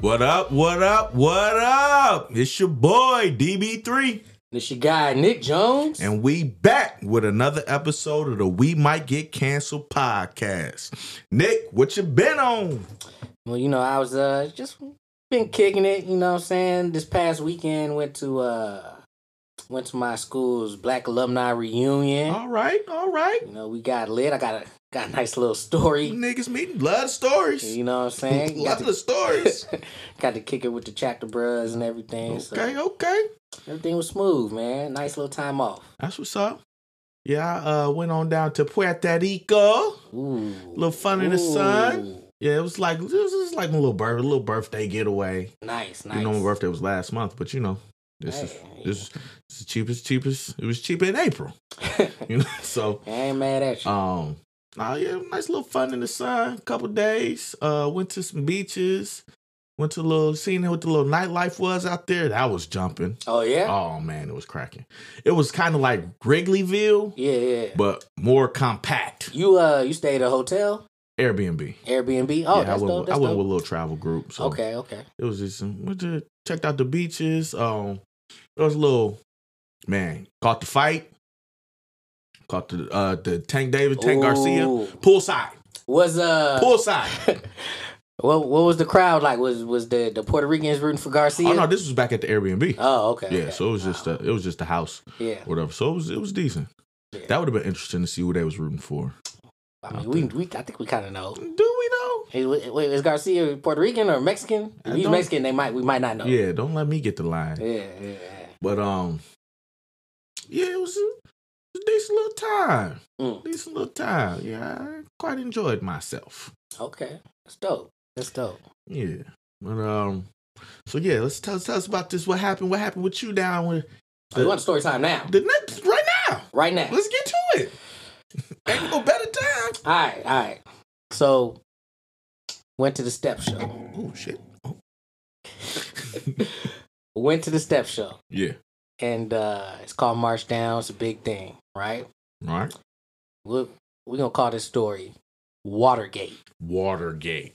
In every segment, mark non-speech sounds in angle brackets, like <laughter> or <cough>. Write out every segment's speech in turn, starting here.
What up? What up? What up? It's your boy DB3, This your guy Nick Jones. and we back with another episode of the We Might Get Canceled podcast. Nick, what you been on? well, you know, I was uh just been kicking it, you know what I'm saying? This past weekend went to uh went to my school's black alumni reunion. All right, all right. You know, we got lit. I got a got a nice little story. Niggas meeting blood stories. You know what I'm saying? Love got, <laughs> to, the <laughs> stories. got to kick it with the chapter bros and everything. Okay, So okay. everything was smooth, man. Nice little time off. That's what's up. Yeah, I uh, went on down to Puerto Rico. Ooh. Little fun in the sun. Yeah, it was like it was just like a little birth, a little birthday getaway. Nice, nice. You know, my birthday was last month, but you know, this is Hey. this, is- this is cheapest, cheapest. It was cheaper in April. <laughs> You know, so <laughs> I ain't mad at you. um, oh yeah, nice little fun in the sun. Couple days. Uh, went to some beaches. Went to a little seen what the little nightlife was out there. That was jumping. oh yeah? Oh man, it was cracking. It was kind of like Wrigleyville, yeah, yeah. but more compact. You uh you stayed at a hotel? Airbnb. Airbnb? Oh, yeah, I that's went, dope. I That's went dope. with a little travel group. So Okay, okay. it was just some, we just checked out the beaches. Um, there was a little man caught the fight, caught the uh the Tank David, Tank Garcia, Ooh. poolside, Was uh poolside. what what was the crowd like? Was was the the Puerto Ricans rooting for Garcia? Oh no, this was back at the Airbnb. Oh, okay. yeah, okay. so it was just uh, a, it was just a house, yeah. or whatever. So it was it was decent. Yeah. That would have been interesting to see who they was rooting for. I mean, we, we I think we kind of know. Do we know? Hey, wait, wait, is Garcia Puerto Rican or Mexican? I If he's don't- Mexican, they might we might not know. Yeah, don't let me get the line. yeah, yeah. yeah. But um, yeah, it was a, it was a decent little time. Mm. Decent little time. Yeah, I quite enjoyed myself. Okay, that's dope. That's dope. Yeah, but um, so yeah, let's tell, tell us about this. What happened? What happened with you down with So we want story time now, the next right now? right now. Let's get to it. <laughs> Ain't no better time. All right, all right. So went to the step show. Oh shit. Oh. Went to the step show, yeah. and uh it's called March Down. It's a big thing, right? All right. we're, we're gonna call this story Watergate. Watergate.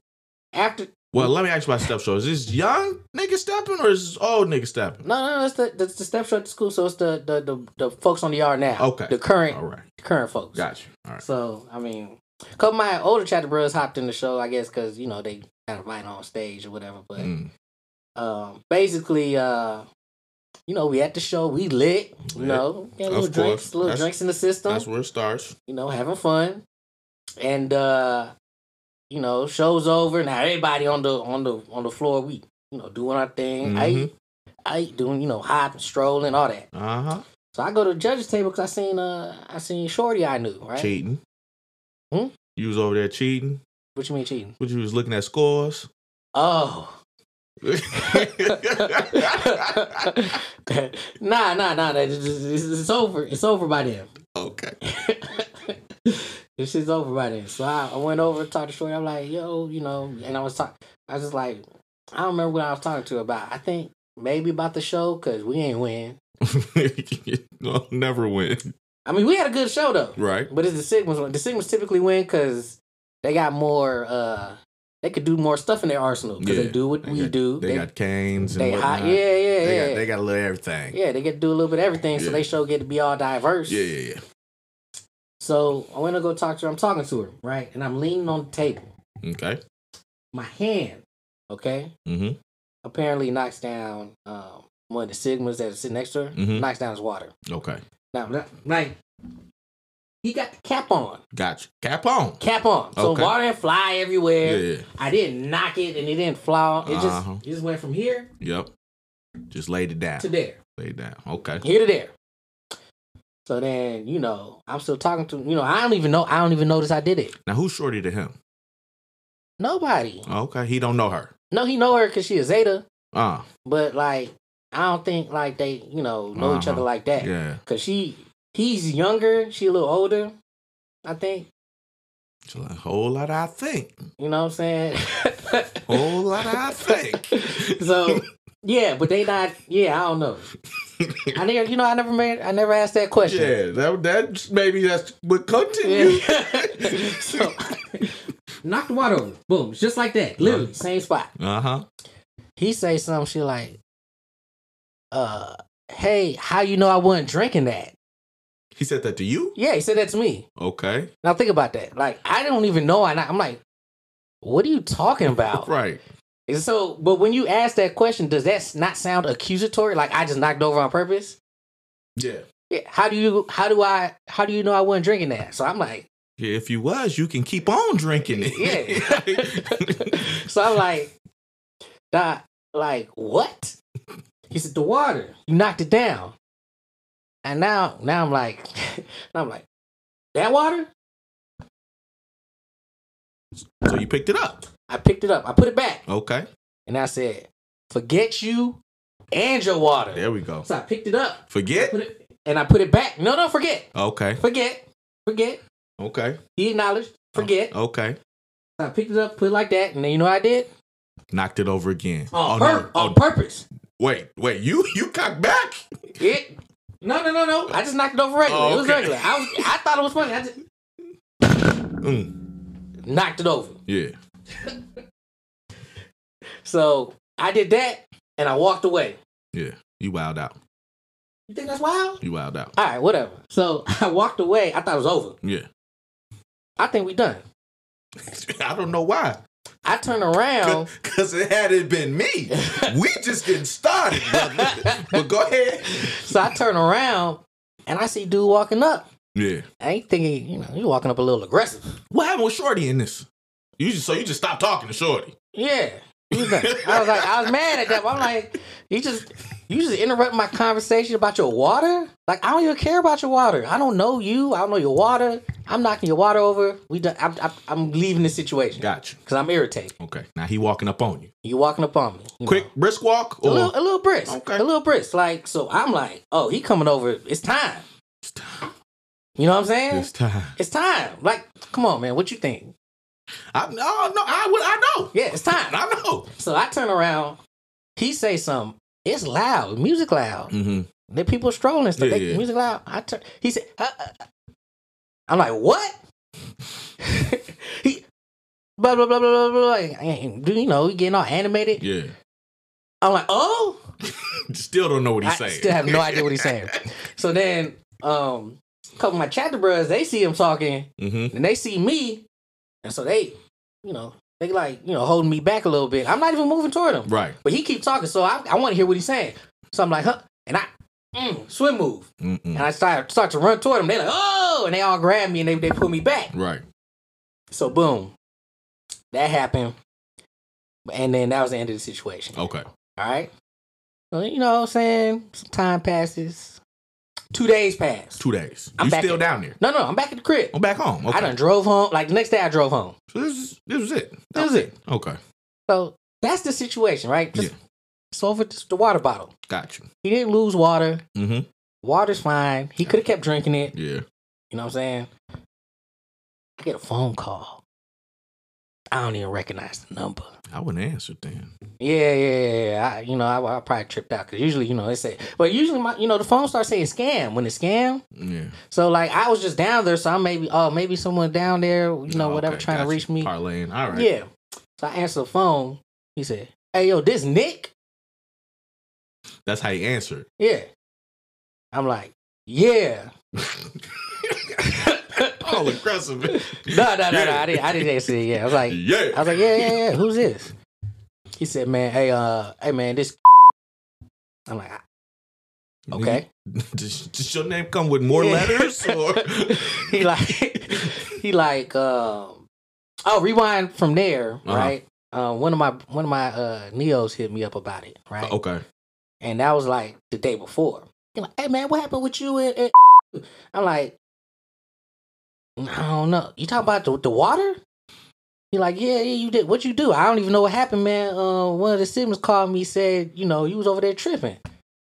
After Well, let me ask you about step show. Is this young nigga stepping or is this old nigga stepping? no, no, no it's the that's the step show at the school, so it's the the, the the folks on the yard now. Okay. the current All right. current folks. Got you. All right. So I mean, a couple of my older chapter brothers hopped in the show, I guess, because you know they kind of right on stage or whatever. But Mm. um, basically, uh, you know, we at the show, we lit. You Lit. know, got Of little drinks, course. little That's- drinks in the system. That's where it starts. you know, having fun. And uh, you know, show's over. Now everybody on the on the on the floor, we, you know, doing our thing. Mhm. I I doing, you know, hopping, strolling, all that. Uh huh. So I go to the judge's table because I seen uh I seen Shorty I knew, right? Cheating. Hmm? You was over there cheating. What you mean cheating? What you was looking at scores. <laughs> Oh. <laughs> nah, nah, nah. that- It's, it's, it's over. It's over by then. okay. <coughs> this shit's over by then. So I, I went over to talk to Shorty. I'm like, yo, you know, and I was talk. I was just like, I don't remember what I was talking to her about. I think maybe about the show because we ain't win. <laughs> I'll never win. I mean, we had a good show though, Right. but it's the Sigmas. The Sigmas typically win because they got more. uh They could do more stuff in their arsenal because they Yeah. do what we got, do. They, got canes and they hot. whatnot. Yeah, yeah, They yeah. got they got a little everything. yeah, they get to do a little bit of everything, so Yeah. they show get to be all diverse. Yeah, yeah, So I went to go talk to her. I'm talking to her, right? And I'm leaning on the table. yeah. Okay. My hand, okay, Mm-hmm. apparently knocks down um, one of the Sigmas that's sitting next to her, Mhm. knocks down his water. Okay. Now, that- like, he got the cap on. Gotcha. Cap on. Cap on. So Okay. water didn't fly everywhere. Yeah. I didn't knock it and it didn't fly. It just Uh-huh. it just went from here Yep. Just laid it down. to there. Laid it down. Okay. here to there. So then, you know, I'm still talking to you know, I don't even know I don't even notice I did it. Now who's shorty to him? Nobody. Okay. He don't know her. No, he know her because she a Zeta, Uh. but like I don't think like they, you know, know each other Uh-huh. like that. Yeah. Cause she he's younger, she a little older, I think. It's a whole lot I think. You know what I'm saying? Whole lot <laughs> I think. so yeah, but they not yeah, I don't know. I never you know, I never made I never asked that question. yeah. That that maybe that's what continue. Yeah. <laughs> so, knock the water over. Boom. It's Just like that. Literally, same spot. Uh huh. He say some shit like, "Uh, hey, how you know I wasn't drinking that?" He said that to you? Yeah, he said that to me. Okay. Now think about that. Like I don't even know. I I'm like, what are you talking <laughs> about? Right. And so, but when you ask that question, does that s- not sound accusatory? Like I just knocked over on purpose? Yeah. Yeah. How do you? How do I? How do you know I wasn't drinking that? So I'm like, If you was, you can keep on drinking it. <laughs> yeah. so I'm like, Doc, like what? He said the water. You knocked it down. And now, now I'm like, <laughs> now I'm like, that water. <laughs> so you picked it up. I picked it up. I put it back, Okay. and I said, forget you and your water. There we go. So I picked it up, Forget. put it, and I put it back. No, no, forget. Okay. Forget, forget. Okay. He acknowledged, forget. Okay. I picked it up, put it like that, and then you know what I did? Knocked it over again. On, no. pur- Oh, on purpose. wait, wait. You you cocked back? It. No, no, no, no. I just knocked it over regular. Oh, It was okay. regular. I, was, I thought it was funny. I just Mm. knocked it over. Yeah. So I did that, and I walked away. Yeah. You wild out. You think that's wild? You wild out. All right, whatever. So <laughs> I walked away. I thought it was over. Yeah. <laughs> I think we done. I don't know why. I <laughs> turned around. Because it had it been me, we just getting started, brother. but go ahead. so I turned around, and I see dude walking up. Yeah. I ain't thinking, you know, he's walking up a little aggressive. What happened with Shorty in this? You just so you just stopped talking to Shorty. Yeah. He was like- I was like, I was mad at that. but I'm like, you just you just interrupt my conversation about your water. Like, I don't even care about your water. I don't know you. I don't know your water. I'm knocking your water over. We done. I'm, I'm, I'm leaving this situation Gotcha. because I'm irritated. Okay. Now he walking up on you. You walking up on me. you Quick know. brisk walk A or little, a little brisk. Okay. A little brisk. Like, so I'm like, oh, he coming over. It's time. it's time. You know what I'm saying? It's time. It's time. Like, come on, man. What you think? I no no I would I know. Yeah, it's time. I know. So I turn around. He say something. It's loud. Music loud. Mm-hmm. The people strolling and stuff. Yeah, they, yeah. Music loud. I turn. He said, uh, uh, uh. "I'm like what?" <laughs> he blah blah blah blah blah blah. And, you know, he getting all animated. Yeah. I'm like, "Oh," Still don't know what he's I saying. still have no idea what <laughs> he's saying. so then, um, a couple of my chapter bros, they see him talking, mm-hmm. and they see me, and so they, you know, they like you know holding me back a little bit. I'm not even moving toward them, Right. but he keep talking, so I, I want to hear what he's saying. So I'm like, "Huh," and I mm, swim move. Mm-mm. And I start start to run toward them. They like, oh, and they all grab me and they, they pull me back. Right. So boom, that happened, and then that was the end of the situation. Okay. All right, so you know what I'm saying. Some time passes. Two days pass. Two days. I'm you back still in. down there. No, no, I'm back at the crib. I'm back home. Okay. I done drove home. Like the next day, I drove home. So this is this was it. That was it. Okay. So that's the situation, right? Just, Yeah. It's over just the water bottle. Got you. He didn't lose water. Mm-hmm. Water's fine. He could have kept drinking it. Yeah. You know what I'm saying? I get a phone call. I don't even recognize the number. I wouldn't answer then. Yeah, yeah, yeah. yeah. I, you know, I, I probably tripped out because usually, you know, they say, but usually, my, you know, the phone starts saying scam when it's scam. Yeah. So like, I was just down there, so I maybe, oh, maybe someone down there, you know, Oh, whatever, okay. trying to Got you. reach me. Parlaying. All right. Yeah. So I answer the phone. He said, "Hey, yo, this Nick." That's how you answer. <laughs> Yeah. I'm like, <laughs> yeah. <laughs> All <laughs> aggressive. No, no, no, no. Yeah. I didn't. I didn't answer it. Yeah, I was like, Yeah. I was like, yeah, yeah, yeah. Who's this? He said, man, hey, uh, hey, man, this. <laughs> I'm like, "Ah, okay. <laughs> Does, does your name come with more Yeah. letters <laughs> or he like, he like, um, oh, rewind from there, Uh-huh. right? Uh, one of my one of my uh neos hit me up about it, right? Okay. And that was like the day before. He like, hey man, what happened with you and, and <laughs> I'm like, I don't know. You talking about the, the water? He like, yeah, yeah, you did. What you do? I don't even know what happened, man. Uh, one of the siblings called me, said, you know, you was over there tripping.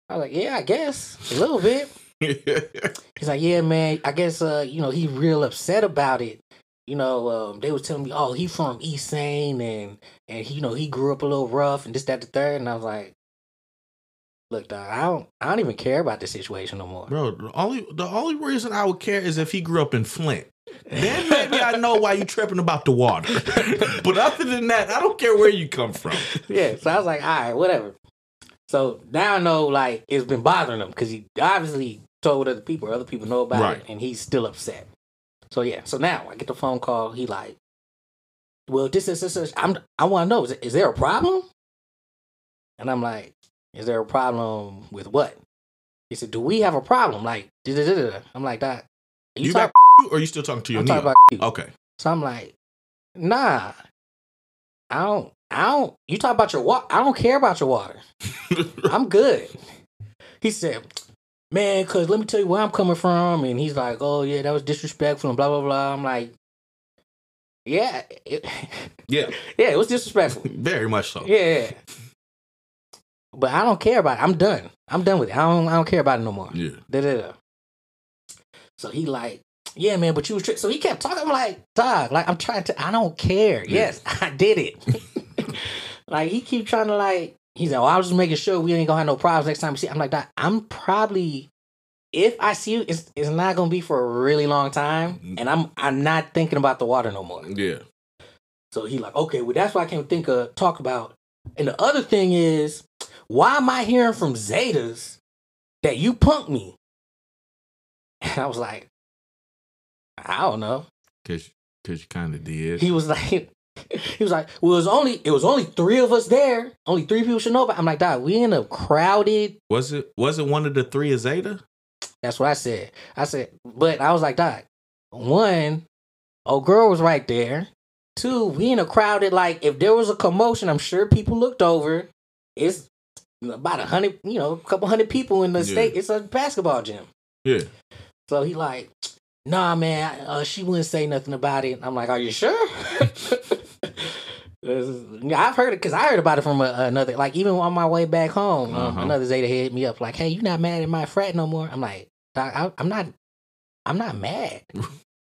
I was like, yeah, I guess a little bit. He's like, yeah, man. I guess uh, you know, he real upset about it. You know, um, they was telling me, oh, he from East Sane and and he, you know, he grew up a little rough and this, that, the third. And I was like, look, dog, I don't, I don't even care about the situation no more. Bro, the only the only reason I would care is if he grew up in Flint. Then maybe I know why you tripping about the water. <laughs> but other than that, I don't care where you come from. <laughs> yeah, so I was like, all right, whatever. So now I know like it's been bothering him because he obviously told other people, or other people know about Right. it, and he's still upset. So yeah, so now I get the phone call. He like, well, this is this, this, I'm I want to know is, is there a problem? And I'm like, is there a problem with what? He said, do we have a problem? Like, da-da-da-da. I'm like, that. You, You talk, Or are you still talking to your I'm neo? talking about you. okay. So I'm like, nah, I don't, I don't, you talk about your water. I don't care about your water. I'm good. He said, man, cause let me tell you where I'm coming from. And he's like, oh yeah, that was disrespectful and blah, blah, blah. I'm like, yeah, it, <laughs> Yeah. yeah, it was disrespectful. <laughs> Very much so. Yeah, yeah. But I don't care about it. I'm done. I'm done with it. I don't, I don't care about it no more. Yeah. Da, da, da. So he like, yeah, man, but you was tri-. so he kept talking. I'm like, dog, like I'm trying to. I don't care. Yeah. Yes, <laughs> I did it. <laughs> like he keep trying to like. He's like, well, I was just making sure we ain't gonna have no problems next time we see. I'm like, dog, I'm probably. If I see you, it's, it's not gonna be for a really long time, and I'm I'm not thinking about the water no more. Yeah. So he like, okay, well that's what I can't think of talk about. And the other thing is, why am I hearing from Zetas that you punked me? <laughs> And I was like, I don't know. Cause, Cause you kinda did. He was like, <laughs> he was like, well, it was only it was only three of us there. Only three people should know about. I'm like, dog, we in a crowded. Was it was it one of the three is Zeta? That's what I said. I said, but I was like, dog, one, old girl was right there. Two, we in a crowded like if there was a commotion, I'm sure people looked over. It's about a hundred, you know, a couple hundred people in the Yeah. state. It's a basketball gym. Yeah. So he like, nah, man, uh, she wouldn't say nothing about it. I'm like, are you sure? <laughs> This is- yeah, I've heard it because I heard about it from a, another, like even on my way back home, um, Uh-huh. another Zeta hit me up like, hey, you not mad at my frat no more? I'm like, "Doc, I, I'm not, I'm not mad.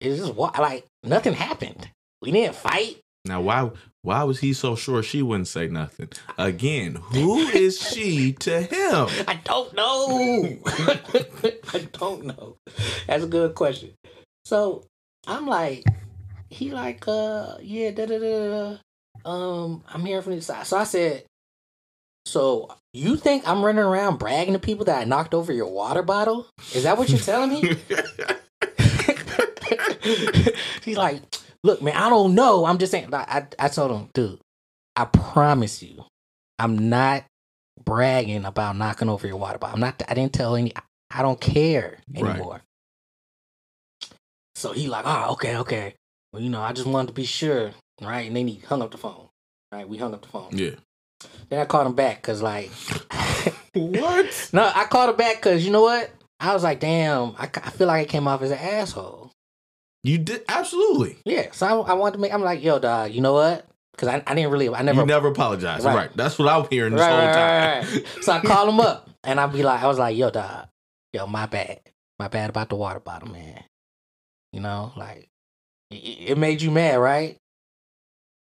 it's just wa- like nothing happened. We didn't fight. Now why why was he so sure she wouldn't say nothing? Again, who is she to him? <laughs> <laughs> I don't know. <laughs> I don't know. That's a good question. So I'm like, he like, uh, yeah, da da da da. Um, I'm hearing from the side. So I said, so you think I'm running around bragging to people that I knocked over your water bottle? Is that what you're telling <laughs> me? <laughs> He's like, look, man, I don't know. I'm just saying. Like, I, I told him, dude, I promise you, I'm not bragging about knocking over your water bottle. I'm not. I didn't tell any. I don't care Right. anymore. So he like, oh, okay, okay. Well, you know, I just wanted to be sure, right? And then he hung up the phone. Right, we hung up the phone. yeah. Then I called him back because, like, <laughs> What? no, I called him back because you know what? I was like, damn, I, ca- I feel like I came off as an asshole. You did absolutely. Yeah, so I, I wanted to make. I'm like, yo, dog, you know what? Because I, I didn't really, I never. you never apologize. Right. Right. That's what I'm hearing this Right, whole right, time. right, right, right. So I call him up and I be like, I was like, yo, dog, yo, my bad, my bad about the water bottle, man. You know, like it, it made you mad, right? <laughs>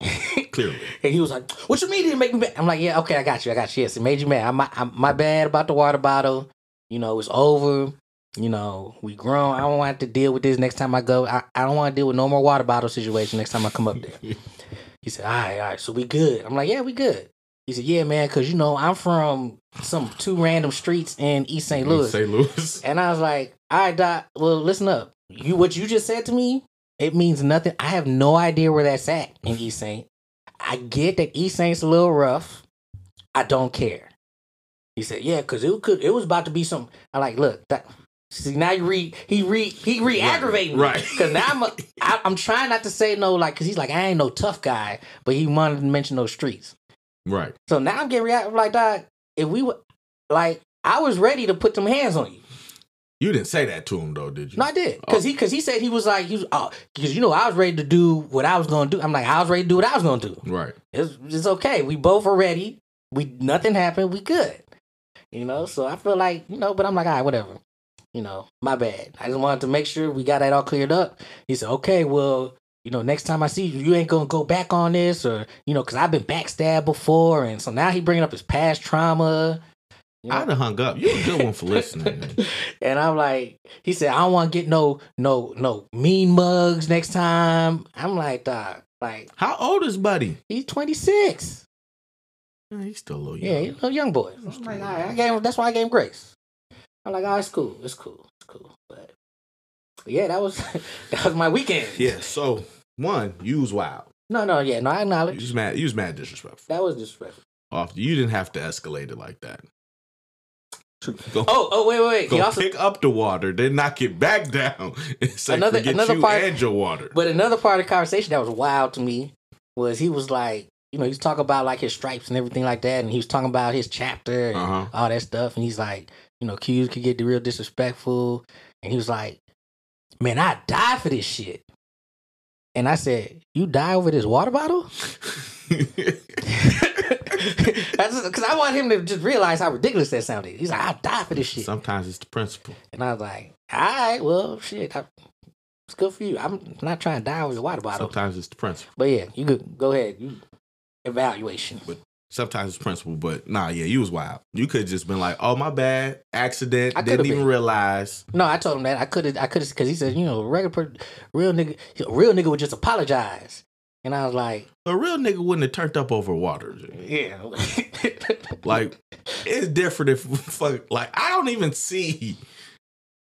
<laughs> Clearly. And he was like, "What you mean it didn't make me mad?" I'm like, "Yeah, okay, I got you, I got you. Yes, it made you mad. I'm, I'm my bad about the water bottle. You know, it's over. You know, we grown. I don't want to deal with this next time I go. I, I don't want to deal with no more water bottle situation next time I come up there." he said, "All right, all right. So we good?" I'm like, "Yeah, we good." He said, "Yeah, man, because you know I'm from some two random streets in East St. Louis." St. Louis. And I was like, all right, Doc, well, listen up. You what you just said to me, it means nothing. I have no idea where that's at in East Saint. I get that East Saint's a little rough. I don't care. He said, Yeah, because it could it was about to be some I like, look, that see now you re he re he re aggravating Right. Cause now I'm a, I, I'm trying not to say no like cause he's like, I ain't no tough guy, but he wanted to mention those streets. Right. So now I'm getting reactive like, dog, if we were like, I was ready to put them hands on you. You didn't say that to him though, did you? No, I did. Cause he cause he said he was like, he was oh, cause you know I was ready to do what I was gonna do. I'm like, I was ready to do what I was gonna do. Right. It's, it's okay. We both are ready. We nothing happened, we good. You know, so I feel like, you know, but I'm like, all right, whatever. You know, my bad. I just wanted to make sure we got that all cleared up. He said, okay, well, you know, next time I see you, you ain't gonna go back on this, or you know, cause I've been backstabbed before, and so now he bringing up his past trauma. You know? I'd have hung up. You a good one for listening. <laughs> and I'm like, he said, I don't want to get no no no mean mugs next time. I'm like, dog, like How old is Buddy? he's 26. Eh, He's still a little Yeah, young. he's a young boy. I'm like, all right, I gave him, that's why I gave him grace. I'm like, oh, it's cool, it's cool, it's cool. But yeah, that was <laughs> that was my weekend. Yeah, so one, you was wild. No, no, yeah, no, I You acknowledge was mad you was mad disrespectful. that was disrespectful. Off you didn't have to escalate it like that. <laughs> Go, Oh, oh, wait, wait, wait. go He also, pick up the water, then knock it back down. <laughs> It's like Another- forget another you part- and your water. but another part of the conversation that was wild to me was he was like, you know, he's talking about like his stripes and everything like that, and he was talking about his chapter and <laughs> uh-huh. all that stuff. And he's like, you know, Q's could get real disrespectful. And he was like, man, I die for this shit. And I said, you die over this water bottle? <laughs> Because I want him to just realize how ridiculous that sounded. He's like, I die for this shit. Sometimes it's the principle. And I was like, all right, well, shit. I, it's good for you. I'm not trying to die over your water bottle. Sometimes it's the principle. But yeah, you could go ahead. You evaluation. Sometimes it's principle, but nah, yeah, you was wild. You could just been like, "Oh my bad, accident. I didn't could've even been. realize." No, I told him that I could have. I could have because he said, you know, regular, per, real nigga, a real nigga would just apologize. And I was like, A real nigga wouldn't have turned up over water. yeah, <laughs> Like it's different if <laughs> fuck. Like I don't even see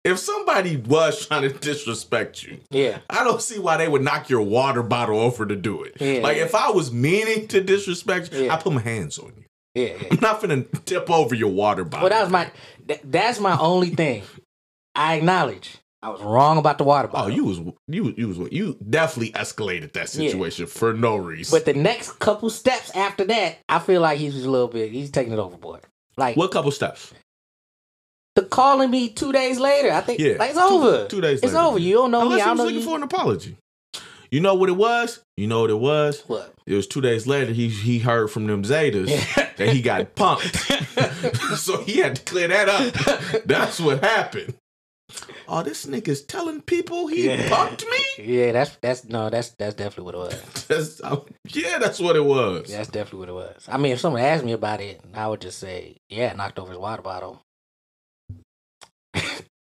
if somebody was trying to disrespect you. yeah, I don't see why they would knock your water bottle over to do it. Yeah. Like if I was meaning to disrespect you, Yeah. I put my hands on you. yeah, yeah. I'm not finna tip over your water bottle. Well, that was my. That, that's my only thing. I acknowledge I was wrong about the water Oh, bottle. you was you you was you definitely escalated that Yeah. situation for no reason. But the next couple steps after that, I feel like he's just a little bit. He's taking it overboard. Like what couple steps? the calling me two days later. I think Yeah, like it's two- over. two days It's later. over. You don't know Unless me. he I don't was know looking you. for an apology. You know what it was? You know what it was? what? It was two days later. He he heard from them Zetas that he <laughs> got pumped, <laughs> so he had to clear that <laughs> <laughs> up. That's what happened. Oh, this nigga's telling people he Yeah. pumped me. Yeah, that's that's no, that's that's definitely what it was. That's, oh, yeah, that's what it was. That's definitely what it was. I mean, if someone asked me about it, I would just say, yeah, I knocked over his water bottle.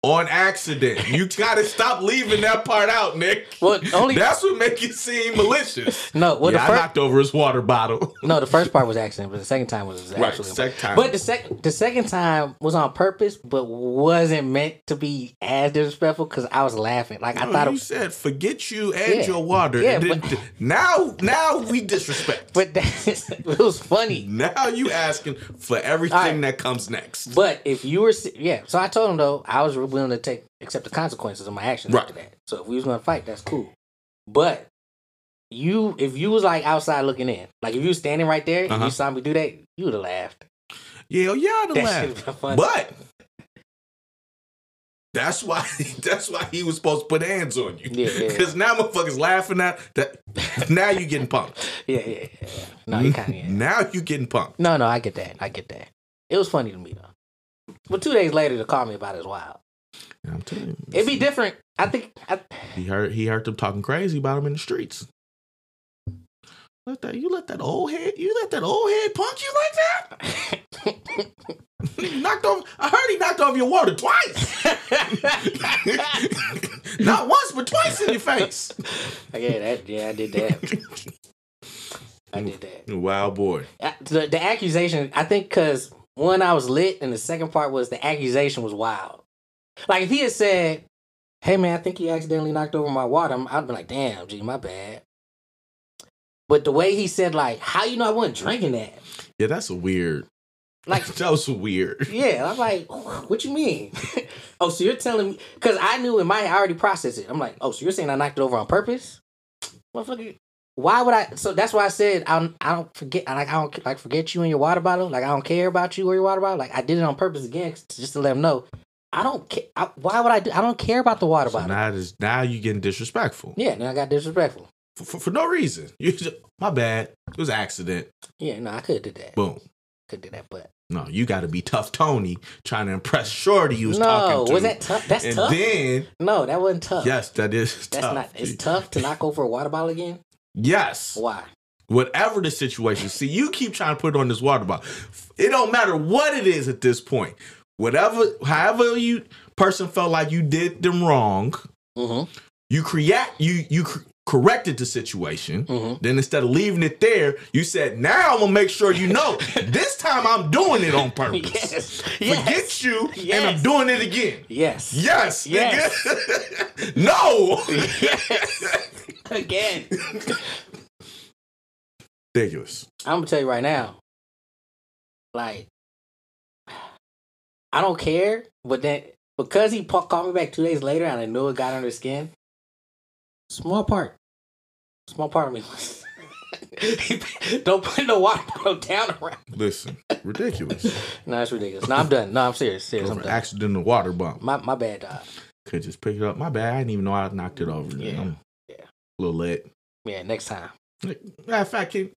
On accident. You gotta stop leaving that part out, Nick. Well, only That's what make it seem malicious. no. Well, yeah, the I first knocked over his water bottle. no, the first part was accident, but the second time <laughs> was right, actually. second time. But the second the second time was on purpose, but wasn't meant to be as disrespectful because I was laughing. Like I No, thought, you it, said forget you and Yeah. your water. Yeah, And but- then- now, now we disrespect. <laughs> but that it was funny. now you asking for everything All right. that comes next. But if you were, si- yeah. So I told him though, I was willing to take accept the consequences of my actions Right. after that. So if we was gonna fight, that's cool. But you, if you was like outside looking in, like if you was standing right there and Uh-huh. you saw me do that, you would have laughed. Yeah, yeah, the <laughs> That should have laugh. been funny. But that's why <laughs> that's why he was supposed to put hands on you. Yeah, yeah, yeah. Because now motherfuckers laughing at that. Now you getting punked. yeah, yeah, yeah. No, you Mm-hmm. kind of. Yeah. Now you getting punked. No, no, I get that. I get that. It was funny to me though. But two days later, to call me about it is wild. I'm telling you, It'd be different. I think. I, <laughs> He heard he heard them talking crazy about him in the streets. Let that you let that old head you let that old head punch you like that? He knocked over I heard he knocked over your water twice. <laughs> Not once, but twice in your face. yeah, that. Yeah, I did that. <laughs> I did that. Wow boy. Uh, the, the accusation i think because one i was lit and the second part was the accusation was wild like if he had said hey man i think you accidentally knocked over my water I'm, i'd be like damn gee my bad but the way he said like how you know i wasn't drinking that Yeah, that's weird. like that was weird. yeah i'm like what you mean <laughs> oh so you're telling me because i knew in my i already processed it i'm like oh so you're saying i knocked it over on purpose Motherfucker, why would I? So that's why I said I I don't forget. Like I don't like forget you and your water bottle. Like I don't care about you or your water bottle. Like I did it on purpose again, 'cause- just to let them know I don't care. I, why would I do? I don't care about the water So bottle. now this, now you getting disrespectful. yeah, then I got disrespectful. For, for, for no reason. You just, my bad. It was an accident. Yeah, no, I could do that. Boom. Could do that, but No, you gotta be tough Tony trying to impress Shorty you was no, talking to. was that tough? That's and tough. then no, that wasn't tough. Yes, that is that's tough. not. It's tough to knock over a water bottle again. Yes, Why? Whatever the situation. See, you keep trying to put it on this water bottle. It don't matter what it is at this point. Whatever, however you person felt like you did them wrong, Mm-hmm. you create you you cr- corrected the situation. Mm-hmm. Then instead of leaving it there, you said, "Now I'm gonna make sure you <laughs> know. this time I'm doing it on purpose. <laughs> Yes. Forget Yes. you, and I'm Yes. doing it again." <laughs> Yes. Yes, Yes. nigga. <laughs> no. <laughs> Yes. Again. Ridiculous. I'm gonna tell you right now. Like, I don't care, but then because he pa- called me back two days later and I knew it got under his skin, small part, small part of me. was- <laughs> don't put no water bottle down around. Listen, <laughs> ridiculous. No, that's ridiculous. No, I'm done. No, I'm serious. Serious. I'm Over done. accidental water bump. My my bad, dog. Could just pick it up. My bad. I didn't even know I knocked it over. Yeah, I'm yeah. A little lit. Yeah, next time. Matter of fact, can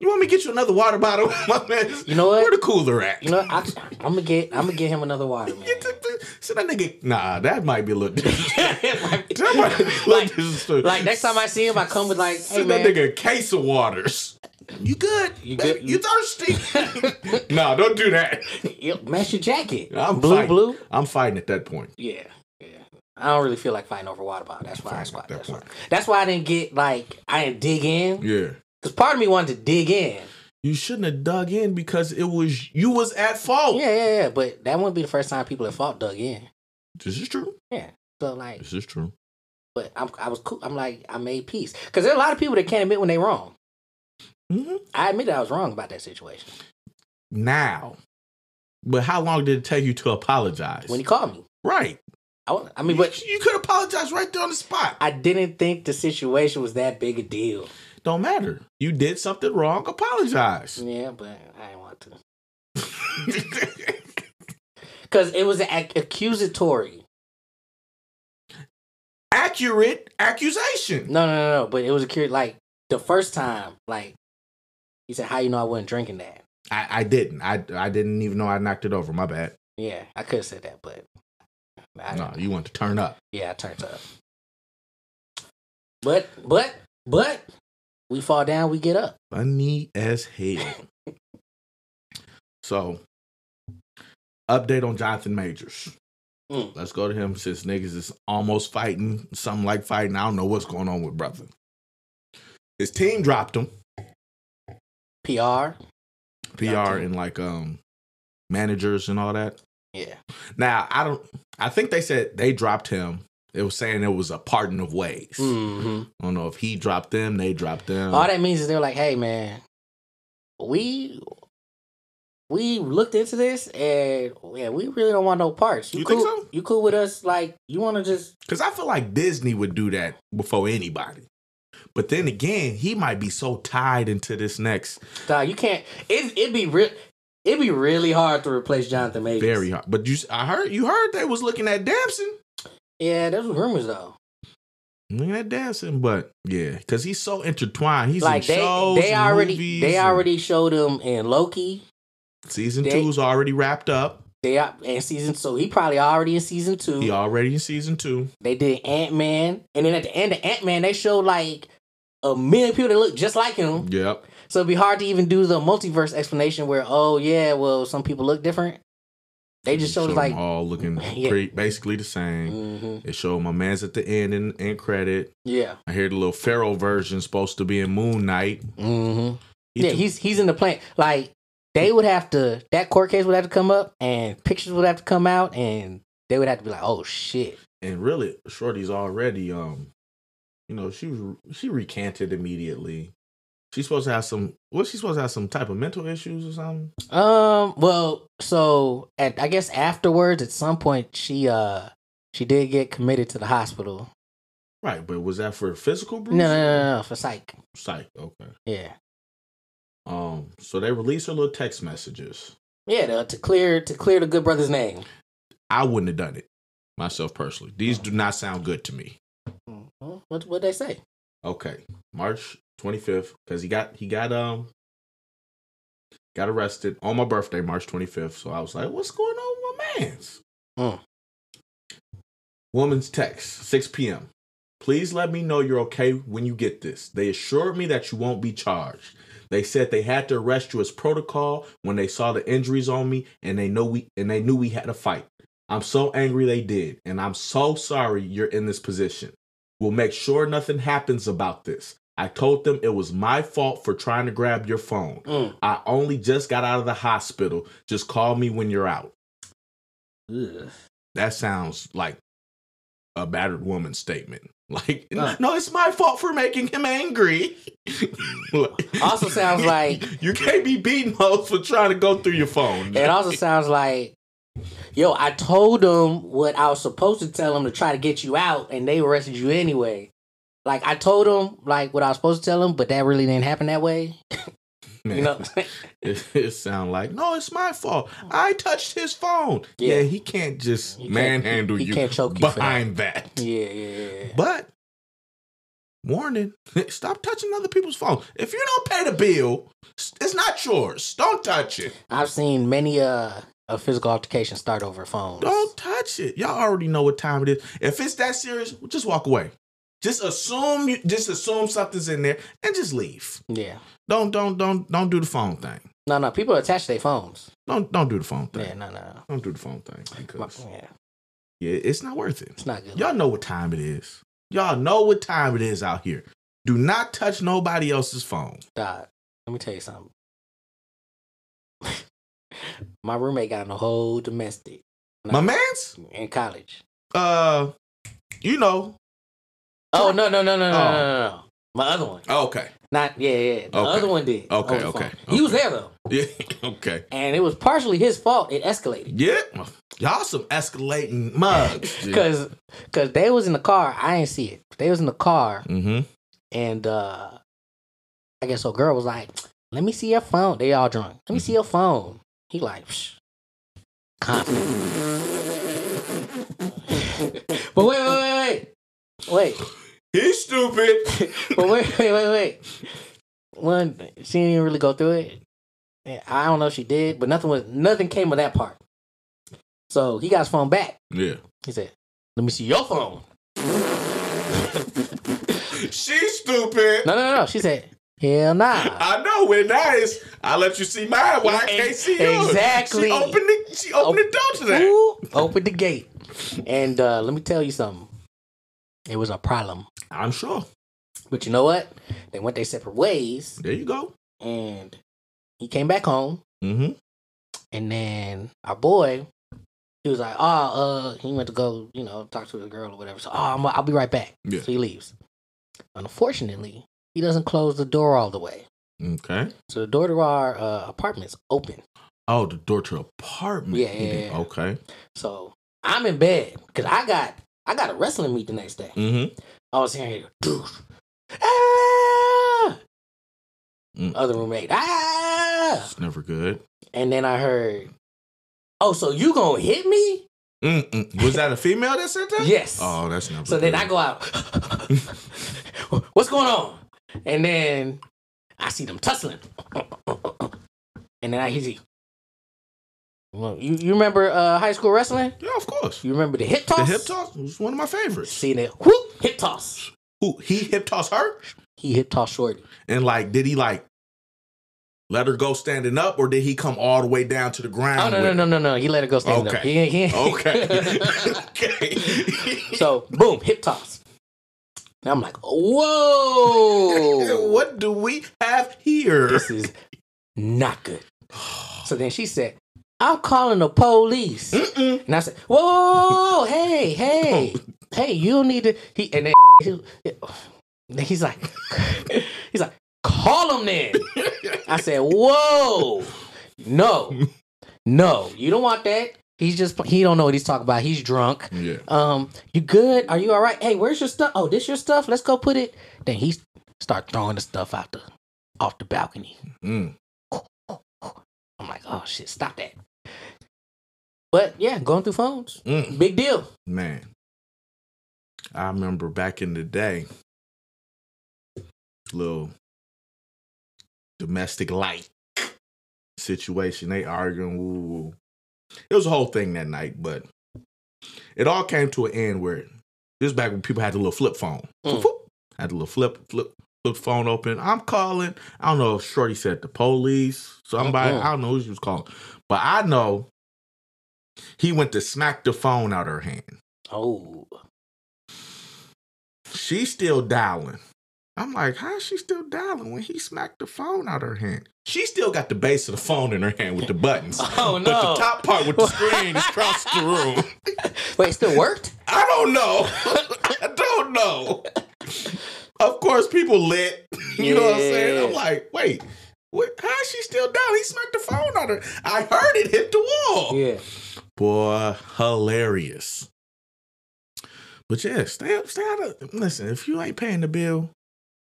you want me to get you another water bottle, <laughs> my man? You know Where what? the cooler at? You know, I, I'm gonna get I'm gonna get him another <laughs> water, man. <laughs> Get the- the- so that nigga. Nah, that might be a <laughs> little. <laughs> that might be a little like, disrespectful. like next time I see him, I come with like, hey Send man, that nigga a case of waters. You good? You good? Baby, You thirsty? no, don't do that. Yo, <laughs> match your jacket. I'm blue, fighting. blue. I'm fighting at that point. Yeah, yeah. I don't really feel like fighting over water bottle. That's why. That's Fighting at that why. That's why. point. That's why I didn't get like I didn't dig in Yeah. because part of me wanted to dig in. You shouldn't have dug in because it was you was at fault. Yeah, yeah, yeah. But that wouldn't be the first time people at fault dug in. This is true. So like, is true. but I'm, I was cool. I'm like, I made peace because there are a lot of people that can't admit when they wrong. hmm I admit I was wrong about that situation Now, but how long did it take you to apologize? when he called me. right. I, wa- I mean, but you, you could apologize right there on the spot. I didn't think the situation was that big a deal. Don't matter. You did something wrong. Apologize. Yeah, but I didn't want to Mm. because it was an ac- accusatory. <laughs> Accurate accusation. No, no, no, no. But it was a curious, like the first time, like he said, "How you know I wasn't drinking that?" I, I didn't. I I didn't even know I knocked it over. My bad. Yeah, I could have said that, but I, No, you want to turn up. yeah, I turned up. But but but we fall down, we get up. Funny as hell. so, update on Jonathan Majors. Mm. Let's go to him since niggas is almost fighting, something like fighting. I don't know what's going on with brother. His team dropped him, PR. PR Dropped him. and like um managers and all that. Yeah. Now I don't. I think they said they dropped him. It was saying it was a parting of ways. Mm-hmm. I don't know if he dropped them, they dropped them. All that means is they're like, "Hey, man, we." We looked into this, and yeah, we really don't want no parts. You cool? think so? You cool with us? Like, you want to just Because I feel like Disney would do that before anybody. But then again, he might be so tied into this next Dog, you can't. It it'd be real. It'd be really hard to replace Jonathan Majors. very hard. But you, I heard you heard they was looking at Damson, Yeah, those were rumors though. looking at Damson. But yeah, because he's so intertwined. He's like in they shows. they and already movies they and- already showed him in Loki. season they- two's already wrapped up. They are in season so he probably already in season two. He already in season two. They did Ant Man, and then at the end of Ant Man, they showed like a million people that look just like him. Yep. So it'd be hard to even do the multiverse explanation where oh yeah, well some people look different. They just showed us them like all looking <laughs> Yeah. pretty, basically the same. hmm It showed my man's at the end in, in credit. yeah, I hear the little Pharaoh version supposed to be in Moon Knight. mm-hmm. He yeah, took- he's he's in the plan. Like they would have to that court case would have to come up, and pictures would have to come out, and they would have to be like, "Oh shit, and really shorty's already um you know she was she recanted immediately she's supposed to have some was she supposed to have some type of mental issues or something um, well." So at I guess afterwards, at some point, she uh she did get committed to the hospital. right but was that for physical No, bruise no, no, no, no for psych. psych okay Yeah, um so they released her little text messages yeah, to, to clear to clear the good brother's name. i wouldn't have done it myself personally these Oh. do not sound good to me What what they say? okay march 25th because he got he got um got arrested on my birthday march 25th so i was like what's going on with my man's Mm. woman's text 6 p.m Please let me know you're okay when you get this. They assured me that you won't be charged. They said they had to arrest you as protocol when they saw the injuries on me and they know we and they knew we had a fight. I'm so angry they did, and I'm so sorry you're in this position. We'll make sure nothing happens about this. I told them it was my fault for trying to grab your phone. Mm. I only just got out of the hospital. Just call me when you're out. Ugh. That sounds like a battered woman statement. <laughs> Like, No. no, it's my fault for making him angry. <laughs> Also sounds <laughs> like- you can't be beating hoes for trying to go through your phone. <laughs> It also sounds like, yo, I told them what I was supposed to tell them to try to get you out, and they arrested you anyway. Like I told them, like what I was supposed to tell them, but that really didn't happen that way. Man, You know, <laughs> it, it sound like no, it's my fault. I touched his phone. Yeah. Yeah, he can't just He can't- manhandle he you can't choke you for that. behind that. <laughs> yeah, yeah, yeah. But warning, <laughs> stop touching other people's phone. If you don't pay the bill, it's not yours. Don't touch it. I've seen many uh, a physical altercation start over phones. Don't touch it. Y'all already know what time it is. If it's that serious, just walk away. Just assume you just assume something's in there and just leave. Yeah, Don't don't don't don't do the phone thing. no, no. People attach their phones. Don't don't do the phone thing. Yeah, no, no. Don't do the phone thing My- because yeah, yeah, it's not worth it. it's not good. Y'all know what time it is. Y'all know what time it is out here. Do not touch nobody else's phone. Dog, let me tell you something. <laughs> My roommate got in a whole domestic My man's in college. uh you know. Oh no no no no no no Oh. no! no. My other one, Okay. <laughs> not yeah yeah. The Okay. other one did. Okay, over the okay, phone. He was okay. there though, Yeah, okay. and it was partially his fault. It escalated Yeah. Y'all some escalating mugs. <laughs> because because they was in the car. I didn't see it. They was in the car, mm-hmm. and uh I guess a girl was like, "Let me see your phone." They all drunk. Let me see your phone. He <laughs> like, Psh. confident. but wait wait wait wait wait. He's stupid. <laughs> but wait, wait, wait, wait. One, she didn't really go through it. And I don't know if she did, but nothing was nothing came of that part. So he got his phone back. Yeah. He said, "Let me see your phone." She's stupid. No, no, no, no. She said, "Hell nah." I know when that is. I let you see mine. <laughs> Why I can't see yours? Exactly. She opened the she opened the door to that. Ooh, open the gate, and uh, let me tell you something. It was a problem, I'm sure. but you know what? They went their separate ways, There you go. and he came back home. Mm-hmm. And then our boy, he was like, "Oh, uh," he went to go, you know, talk to the girl or whatever. So, "Oh, I'm, I'll be right back." Yeah. So he leaves. Unfortunately, he doesn't close the door all the way, Okay. so the door to our uh, apartment's open. Oh, the door to apartment. Yeah, yeah, yeah. Okay. So I'm in bed because I got I got a wrestling meet the next day. Mm-hmm. I was hearing, "Doof, ah!" Mm. Other roommate, ah, It's never good. and then I heard, "Oh, so you gonna hit me?" Mm-mm. Was that a female that said that? Yes. Oh, that's never. So good. then I go <laughs> out. What's going on? And then I see them tussling. And then I hear. Well, you you remember uh, high school wrestling? Yeah, of course. You remember the hip toss? The hip toss was one of my favorites. Seen it? Whoop! Hip toss. Who he hip tossed her? He hip toss shorty. And like, did he like let her go standing up, or did he come all the way down to the ground? Oh no with- no no no no! He let it go stand up. Okay. He- he- Okay. <laughs> okay. so boom, hip toss. And I'm like, whoa! <laughs> what do we have here? <laughs> This is not good. So then she said, I'm calling the police. Mm-mm. And I said, "Whoa, whoa, whoa, whoa, hey, hey, hey, you don't need to." He and then he- and he's like, <laughs> he's like, call him then. I said, "Whoa, no, no, you don't want that." He's just he don't know what he's talking about. He's drunk. Yeah. Um, you good? Are you all right? Hey, where's your stuff? Oh, this your stuff? Let's go put it. Then he start throwing the stuff out the off the balcony. Mm. I'm like, oh shit, stop that. But yeah, going through phones, Mm. big deal. Man, I remember back in the day, little domestic light situation. They arguing. Woo, woo, woo. It was a whole thing that night, but it all came to an end where This is back when people had the little flip phone. Mm. Foop. Had the little flip, flip, flip phone open. I'm calling. I don't know if Shorty said the police, somebody. Mm-mm. I don't know who she was calling. But I know he went to smack the phone out her hand. <laughs> Oh, She's still dialing. I'm like, how is she still dialing when he smacked the phone out her hand? She still got the base of the phone in her hand with the buttons. <laughs> Oh, But no. the top part with the screen is across the <laughs> room. wait, it still worked? I don't know. I don't know. Of course, people lit. <laughs> <laughs> You know what I'm saying? I'm Yeah. like, wait, what, how is she still down? He smacked the phone on her. I heard it hit the wall. Yeah. Boy, hilarious. But yeah, stay up, stay out of. Listen, if you ain't paying the bill,